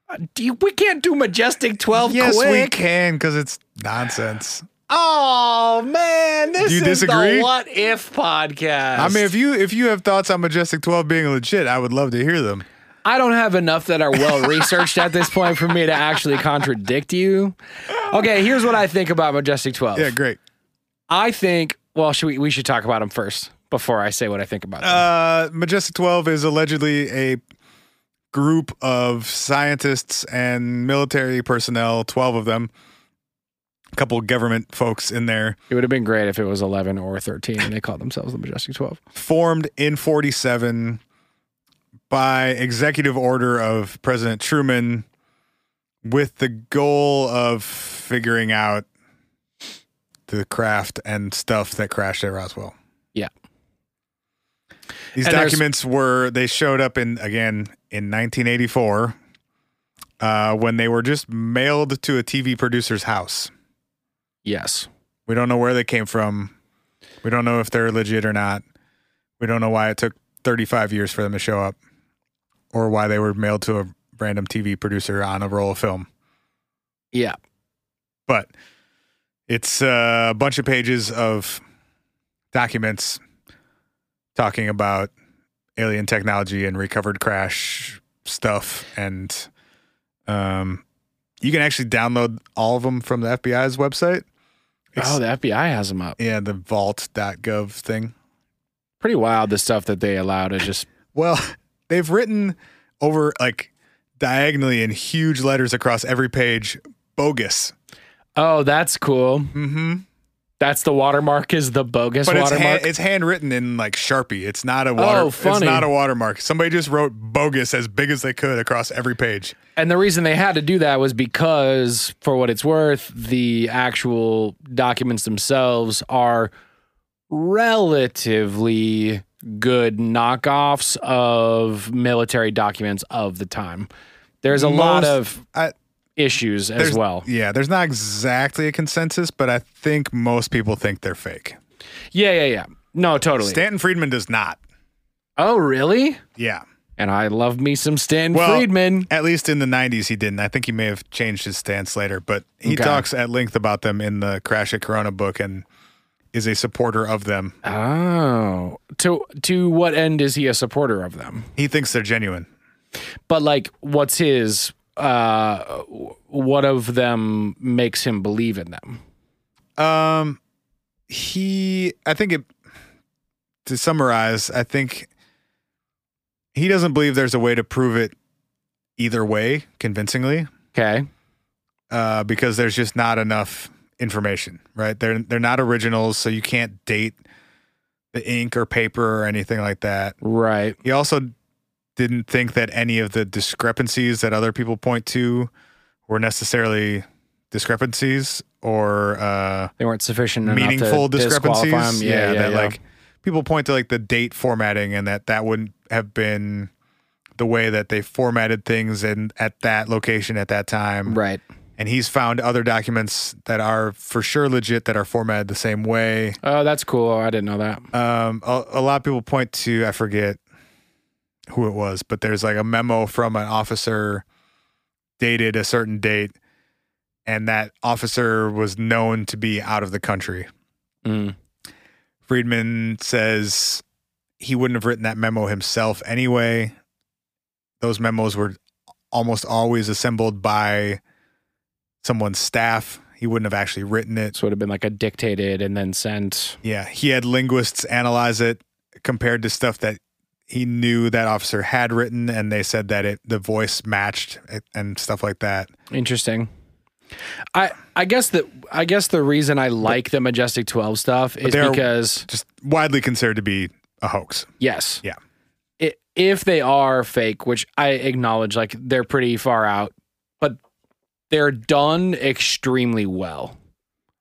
Speaker 2: Uh, Do you- we can't do majestic twelve
Speaker 1: yes, we
Speaker 2: quick.
Speaker 1: can because it's nonsense.
Speaker 2: Oh man, this
Speaker 1: Do you
Speaker 2: is
Speaker 1: disagree?
Speaker 2: the what if podcast.
Speaker 1: I mean, if you if you have thoughts on Majestic Twelve being legit, I would love to hear them.
Speaker 2: I don't have enough that are well researched at this point for me to actually contradict you. Okay, here's what I think about majestic twelve.
Speaker 1: Yeah, great.
Speaker 2: I think. Well, should we we should talk about them first before I say what I think about them.
Speaker 1: Uh, Majestic 12 is allegedly a group of scientists and military personnel, 12 of them, a couple government folks in there,
Speaker 2: It would have been great if it was 11 or 13 and they called themselves the Majestic 12.
Speaker 1: formed in 47 by executive order of President Truman with the goal of figuring out the craft and stuff that crashed at Roswell.
Speaker 2: Yeah.
Speaker 1: These
Speaker 2: And there's-
Speaker 1: documents were they showed up in again in 1984 uh, when they were just mailed to a TV producer's house.
Speaker 2: Yes.
Speaker 1: We don't know where they came from. We don't know if they're legit or not. We don't know why it took 35 years for them to show up or why they were mailed to a random TV producer on a roll of film.
Speaker 2: Yeah.
Speaker 1: But it's uh, a bunch of pages of documents talking about alien technology and recovered crash stuff and um you can actually download all of them from the FBI's website.
Speaker 2: Oh, the FBI has them up.
Speaker 1: Yeah, the vault.gov thing.
Speaker 2: Pretty wild, the stuff that they allow to just.
Speaker 1: Well, they've written over like diagonally in huge letters across every page bogus.
Speaker 2: Oh, that's cool.
Speaker 1: Mm-hmm.
Speaker 2: That's the watermark, is the bogus
Speaker 1: But it's hand,
Speaker 2: watermark.
Speaker 1: it's handwritten in like Sharpie. It's not a water.
Speaker 2: Oh, funny.
Speaker 1: It's not a watermark. Somebody just wrote bogus as big as they could across every page.
Speaker 2: and the reason they had to do that was because, for what it's worth, the actual documents themselves are relatively good knockoffs of military documents of the time. There's a lot
Speaker 1: Most-
Speaker 2: of
Speaker 1: I-
Speaker 2: issues as
Speaker 1: There's-
Speaker 2: well.
Speaker 1: Yeah, there's not exactly a consensus, but I think most people think they're fake.
Speaker 2: Yeah, yeah, yeah. No, totally.
Speaker 1: Stanton Friedman does not.
Speaker 2: oh, really?
Speaker 1: Yeah.
Speaker 2: And I love me some Stan
Speaker 1: Well,
Speaker 2: Friedman.
Speaker 1: At least in the 90s, he didn't. I think he may have changed his stance later, but he
Speaker 2: Okay.
Speaker 1: talks at length about them in the Crash at Corona book and is a supporter of them.
Speaker 2: Oh, to to what end is he a supporter of them?
Speaker 1: He thinks they're genuine.
Speaker 2: But like, what's his? Uh, w- what of them makes him believe in them?
Speaker 1: Um, he, I think it, to summarize, I think he doesn't believe there's a way to prove it either way convincingly
Speaker 2: Okay,
Speaker 1: uh, because there's just not enough information, right? They're, they're not originals, so you can't date the ink or paper or anything like that.
Speaker 2: right.
Speaker 1: He also didn't think that any of the discrepancies that other people point to were necessarily discrepancies or uh,
Speaker 2: They weren't sufficient enough. to
Speaker 1: meaningful
Speaker 2: disqualify
Speaker 1: discrepancies.
Speaker 2: him. Yeah, yeah,
Speaker 1: that
Speaker 2: yeah.
Speaker 1: like people point to like the date formatting and that that wouldn't have been the way that they formatted things and at that location at that time.
Speaker 2: right.
Speaker 1: And he's found other documents that are for sure legit that are formatted the same way.
Speaker 2: Oh, that's cool. I didn't know that.
Speaker 1: Um, a, a lot of people point to I forget who it was, but there's like a memo from an officer dated a certain date, and that officer was known to be out of the country.
Speaker 2: Mm.
Speaker 1: Friedman says he wouldn't have written that memo himself anyway. Those memos were almost always assembled by someone's staff. He wouldn't have actually written it.
Speaker 2: So it would have been like a dictated and then sent.
Speaker 1: Yeah, he had linguists analyze it compared to stuff that he knew that officer had written, and they said that it the voice matched it and stuff like that.
Speaker 2: Interesting. I I guess that I guess the reason I like the Majestic 12 stuff is
Speaker 1: they're-
Speaker 2: because
Speaker 1: Just widely considered to be a hoax.
Speaker 2: yes.
Speaker 1: Yeah.
Speaker 2: I if they are fake, which I acknowledge like they're pretty far out, but they're done extremely well.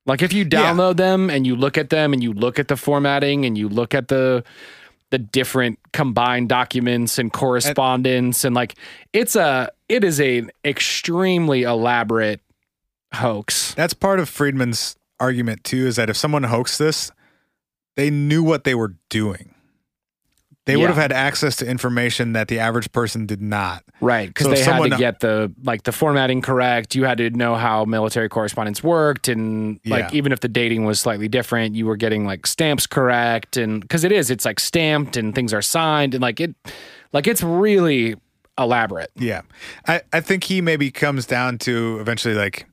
Speaker 2: Like if you
Speaker 1: Yeah.
Speaker 2: download them and you look at them and you look at the formatting and you look at the the different combined documents and correspondence and like it's a it is an extremely elaborate hoax.
Speaker 1: That's part of Friedman's argument too, is that if someone hoaxed this, they knew what they were doing. They would
Speaker 2: Yeah.
Speaker 1: have had access to information that the average person did not.
Speaker 2: Right, because
Speaker 1: So if
Speaker 2: they had
Speaker 1: someone- uh,
Speaker 2: to get the like the formatting correct. You had to know how military correspondence worked, and like
Speaker 1: Yeah.
Speaker 2: even if the dating was slightly different, you were getting like stamps correct, and because it is, it's like stamped and things are signed, and like it, like it's really elaborate.
Speaker 1: Yeah. I, I think he maybe comes down to eventually like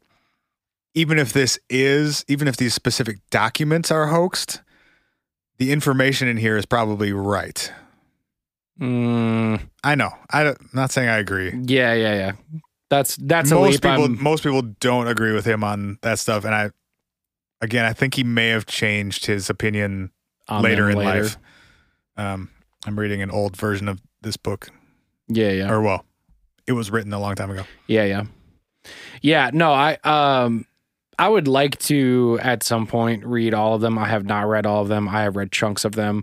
Speaker 1: even if this is even if these specific documents are hoaxed, the information in here is probably right.
Speaker 2: Mm,
Speaker 1: I know. I don't- I'm not saying I agree.
Speaker 2: yeah, yeah, yeah. That's that's a
Speaker 1: most
Speaker 2: leap.
Speaker 1: people
Speaker 2: I'm-
Speaker 1: most people don't agree with him on that stuff and I again, I think he may have changed his opinion
Speaker 2: on
Speaker 1: later
Speaker 2: them
Speaker 1: in life. Um I'm reading an old version of this book
Speaker 2: Yeah, yeah.
Speaker 1: or well, it was written a long time ago.
Speaker 2: Yeah, yeah. Yeah, no, I um I would like to at some point read all of them. I have not read all of them. I have read chunks of them.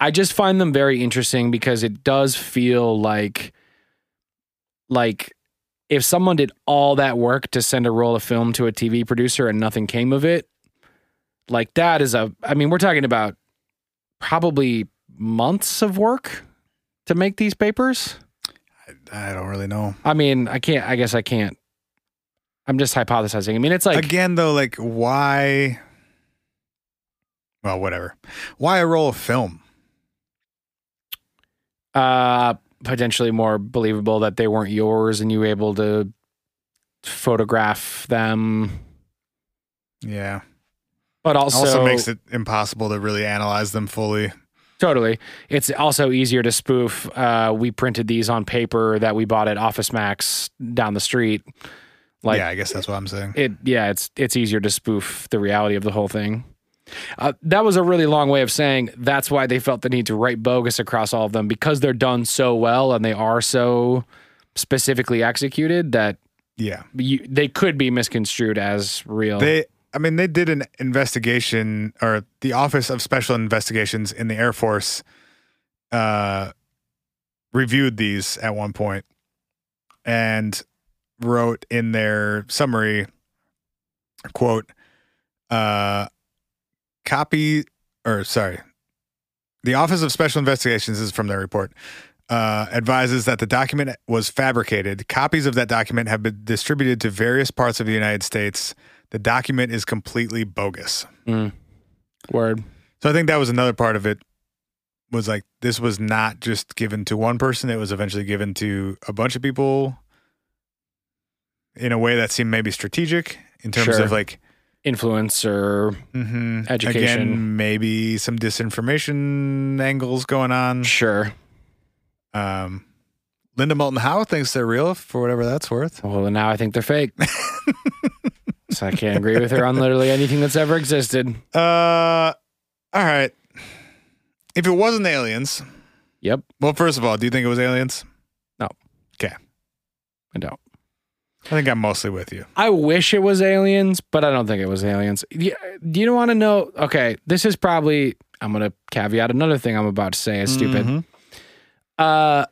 Speaker 2: I just find them very interesting because it does feel like like if someone did all that work to send a roll of film to a TV producer and nothing came of it, like that is a I mean, we're talking about probably months of work to make these papers.
Speaker 1: I don't really know.
Speaker 2: I mean, I can't. I guess I can't. I'm just hypothesizing. I mean, it's like
Speaker 1: again though like why well whatever why a roll of film
Speaker 2: uh, potentially more believable that they weren't yours and you were able to photograph them,
Speaker 1: yeah
Speaker 2: but also,
Speaker 1: also, makes it impossible to really analyze them fully
Speaker 2: totally. It's also easier to spoof. Uh, we printed these on paper that we bought at Office Max down the street. Like,
Speaker 1: yeah i guess that's what i'm saying
Speaker 2: it yeah it's it's easier to spoof the reality of the whole thing uh, that was a really long way of saying that's why they felt the need to write bogus across all of them because they're done so well and they are so specifically executed that
Speaker 1: yeah
Speaker 2: you, they could be misconstrued as real
Speaker 1: they i mean they did an investigation or the office of special investigations in the air force uh reviewed these at one point and wrote in their summary quote uh copy or sorry the office of special investigations is from their report uh, advises that the document was fabricated. Copies of that document have been distributed to various parts of the United States. The document is completely bogus.
Speaker 2: Mm. word
Speaker 1: So I think that was another part of it was like this was not just given to one person, it was eventually given to a bunch of people in a way that seemed maybe strategic in terms
Speaker 2: Sure.
Speaker 1: of like
Speaker 2: influence or
Speaker 1: mhm,
Speaker 2: Education.
Speaker 1: Again, maybe some disinformation angles going on.
Speaker 2: sure
Speaker 1: Um, Linda Moulton Howe thinks they're real for whatever that's worth.
Speaker 2: well then now i think they're fake so i can't agree with her on literally anything that's ever existed
Speaker 1: Uh, all right. If it wasn't aliens,
Speaker 2: yep
Speaker 1: well, first of all, do you think it was aliens?
Speaker 2: i don't
Speaker 1: I think I'm mostly with you.
Speaker 2: I wish it was aliens, but I don't think it was aliens. Y- Do you want to know? Okay, this is probably. I'm gonna caveat another thing I'm about to say is stupid.
Speaker 1: Mhm.
Speaker 2: Uh,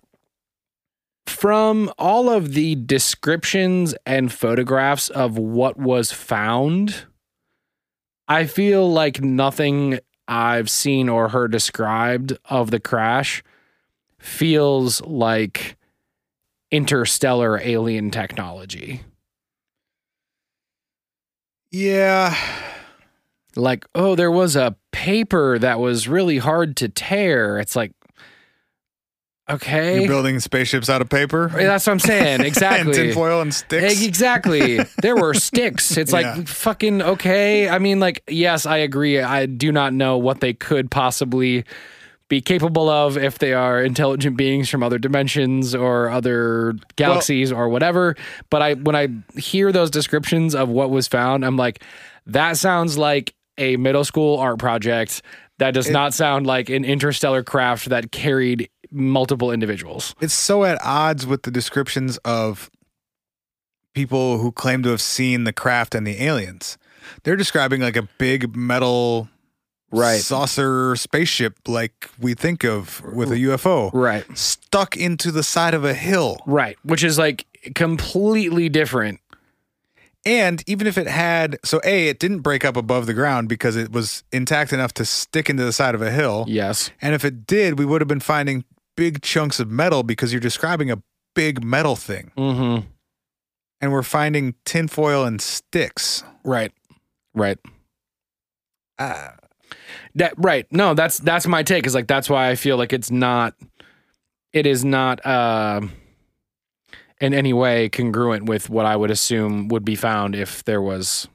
Speaker 2: from all of the descriptions and photographs of what was found, I feel like nothing I've seen or heard described of the crash feels like interstellar alien technology.
Speaker 1: Yeah.
Speaker 2: like, oh, there was a paper that was really hard to tear. It's like, okay,
Speaker 1: You're building spaceships out of paper?
Speaker 2: that's what I'm saying.
Speaker 1: and
Speaker 2: Exactly.
Speaker 1: tinfoil and sticks?
Speaker 2: Ex- Exactly. there were sticks. It's like
Speaker 1: Yeah.
Speaker 2: fucking okay. I mean, like, yes, I agree. I do not know what they could possibly be capable of if they are intelligent beings from other dimensions or other galaxies or whatever. But I when I hear those descriptions of what was found, I'm like, that sounds like a middle school art project. That does not sound like an interstellar craft that carried multiple individuals.
Speaker 1: it's so at odds with the descriptions of people who claim to have seen the craft and the aliens. They're describing like a big metal saucer spaceship like we think of with a UFO
Speaker 2: Right.
Speaker 1: stuck into the side of a hill.
Speaker 2: Right, which is like completely different.
Speaker 1: And even if it had, so A, it didn't break up above the ground because it was intact enough to stick into the side of a hill.
Speaker 2: Yes.
Speaker 1: And if it did, we would have been finding big chunks of metal because you're describing a big metal thing.
Speaker 2: Mm-hmm.
Speaker 1: And we're finding tinfoil and sticks.
Speaker 2: Right. Right.
Speaker 1: Uh,
Speaker 2: That right. No, that's that's my take. Is like that's why I feel like it's not. It is not uh, in any way congruent with what I would assume would be found if there was.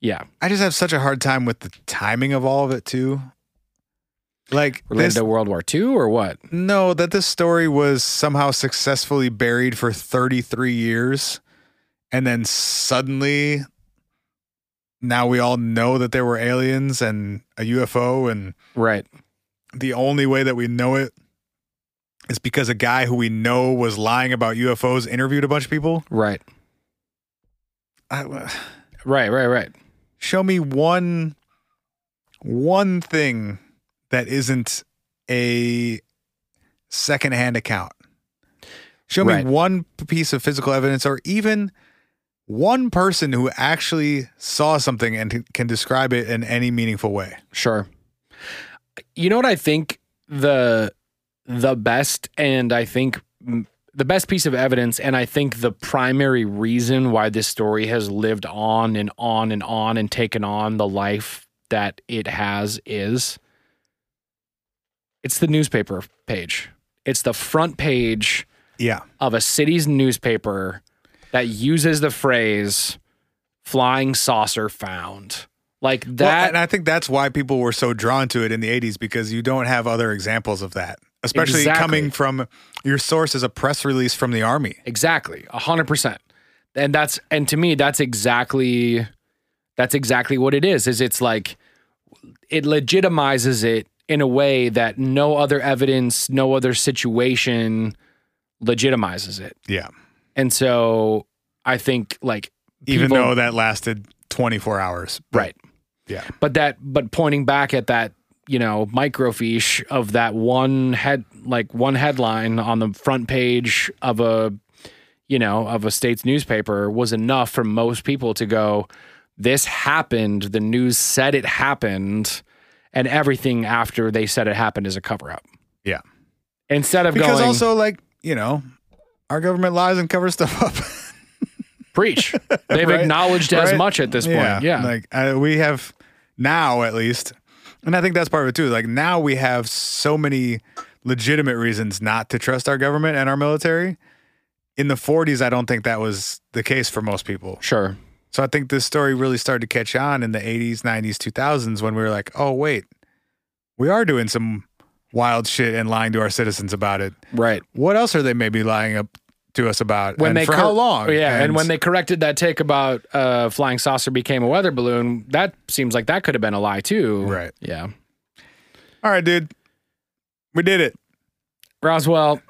Speaker 2: Yeah,
Speaker 1: I just have such a hard time with the timing of all of it, too. Like,
Speaker 2: related
Speaker 1: this,
Speaker 2: to World War II or what?
Speaker 1: no, that this story was somehow successfully buried for 33 years. And then suddenly, now we all know that there were aliens and a UFO and
Speaker 2: Right.
Speaker 1: the only way that we know it is because a guy who we know was lying about UFOs interviewed a bunch of people.
Speaker 2: Right.
Speaker 1: I, uh,
Speaker 2: Right. Right. Right.
Speaker 1: show me one one thing that isn't a secondhand account. Show
Speaker 2: Right.
Speaker 1: me one piece of physical evidence or even one person who actually saw something and who can describe it in any meaningful way.
Speaker 2: Sure. You know what I think the the best and I think mm, the best piece of evidence and I think the primary reason why this story has lived on and on and on and taken on the life that it has is it's the newspaper page. It's the front page
Speaker 1: Yeah.
Speaker 2: of a city's newspaper that uses the phrase flying saucer found. Like
Speaker 1: Well,
Speaker 2: that
Speaker 1: and I think that's why people were so drawn to it in the 80s because you don't have other examples of that, especially
Speaker 2: Exactly.
Speaker 1: coming from your source is a press release from the army.
Speaker 2: Exactly. A hundred percent. And that's and to me, that's exactly that's exactly what it is. Is it's like it legitimizes it in a way that no other evidence, no other situation legitimizes it.
Speaker 1: Yeah.
Speaker 2: And so I think like
Speaker 1: Even
Speaker 2: people-
Speaker 1: though that lasted 24 hours. But-
Speaker 2: Right.
Speaker 1: Yeah.
Speaker 2: But that but pointing back at that, you know, microfiche of that one head like one headline on the front page of a you know, of a state's newspaper was enough for most people to go, this happened, the news said it happened, and everything after they said it happened is a cover up.
Speaker 1: Yeah.
Speaker 2: Instead of
Speaker 1: Because
Speaker 2: going
Speaker 1: also, like, you know, our government lies and covers stuff up.
Speaker 2: preach. They've
Speaker 1: Right?
Speaker 2: acknowledged as
Speaker 1: Right?
Speaker 2: much at this point. Yeah.
Speaker 1: Like, uh, we have now, at least, and I think that's part of it too. Like, now we have so many legitimate reasons not to trust our government and our military. In the 40s, I don't think that was the case for most people.
Speaker 2: sure.
Speaker 1: So I think this story really started to catch on in the 80s, 90s, 2000s when we were like, oh, wait, we are doing some wild shit and lying to our citizens about it.
Speaker 2: Right.
Speaker 1: What else are they maybe lying up to us about?
Speaker 2: when
Speaker 1: and
Speaker 2: they
Speaker 1: for
Speaker 2: cor-
Speaker 1: how long?
Speaker 2: Yeah, and, when they corrected that take about uh, flying saucer became a weather balloon, that seems like that could have been a lie too.
Speaker 1: Right.
Speaker 2: Yeah.
Speaker 1: All right, dude. We did it.
Speaker 2: Roswell,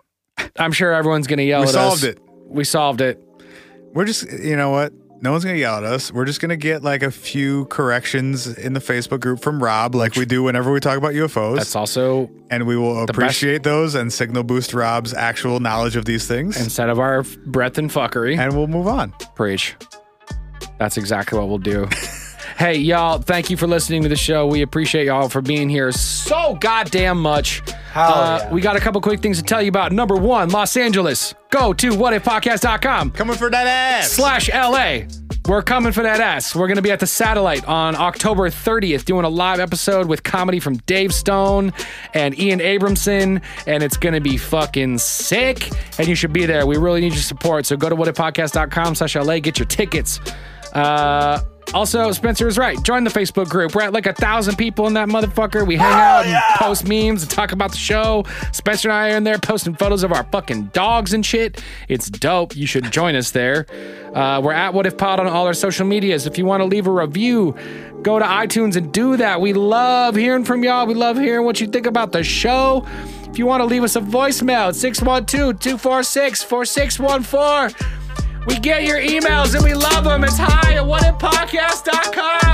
Speaker 2: I'm sure everyone's gonna yell
Speaker 1: we
Speaker 2: at us.
Speaker 1: solved it.
Speaker 2: We solved it.
Speaker 1: We're just you know what? No one's gonna yell at us. We're just gonna get like a few corrections in the Facebook group from Rob, like we do whenever we talk about UFOs.
Speaker 2: That's also
Speaker 1: and we will
Speaker 2: best-
Speaker 1: appreciate those and signal boost Rob's actual knowledge of these things.
Speaker 2: instead of our f- breath and fuckery.
Speaker 1: and we'll move on.
Speaker 2: Preach. That's exactly what we'll do. hey, y'all, thank you for listening to the show. We appreciate y'all for being here so goddamn much. Uh, We got a couple quick things to tell you about. Number one, Los Angeles. Go to whatifpodcast.com.
Speaker 1: Coming for that ass.
Speaker 2: slash LA. We're coming for that ass. We're going to be at the Satellite on October 30th doing a live episode with comedy from Dave Stone and Ian Abramson, and it's going to be fucking sick. And you should be there. We really need your support. So go to whatifpodcast.com slash LA, get your tickets. Uh, also, Spencer is right. Join the Facebook group. We're at like a thousand people in that motherfucker. We hang out and post memes and talk about the show. Spencer and I are in there posting photos of our fucking dogs and shit. It's dope. You should join us there. Uh, we're at What If Pod on all our social medias. If you want to leave a review, go to iTunes and do that. We love hearing from y'all. We love hearing what you think about the show. If you want to leave us a voicemail, 612 246 4614. We get your emails and we love them. It's hi at whatifpodcast.com.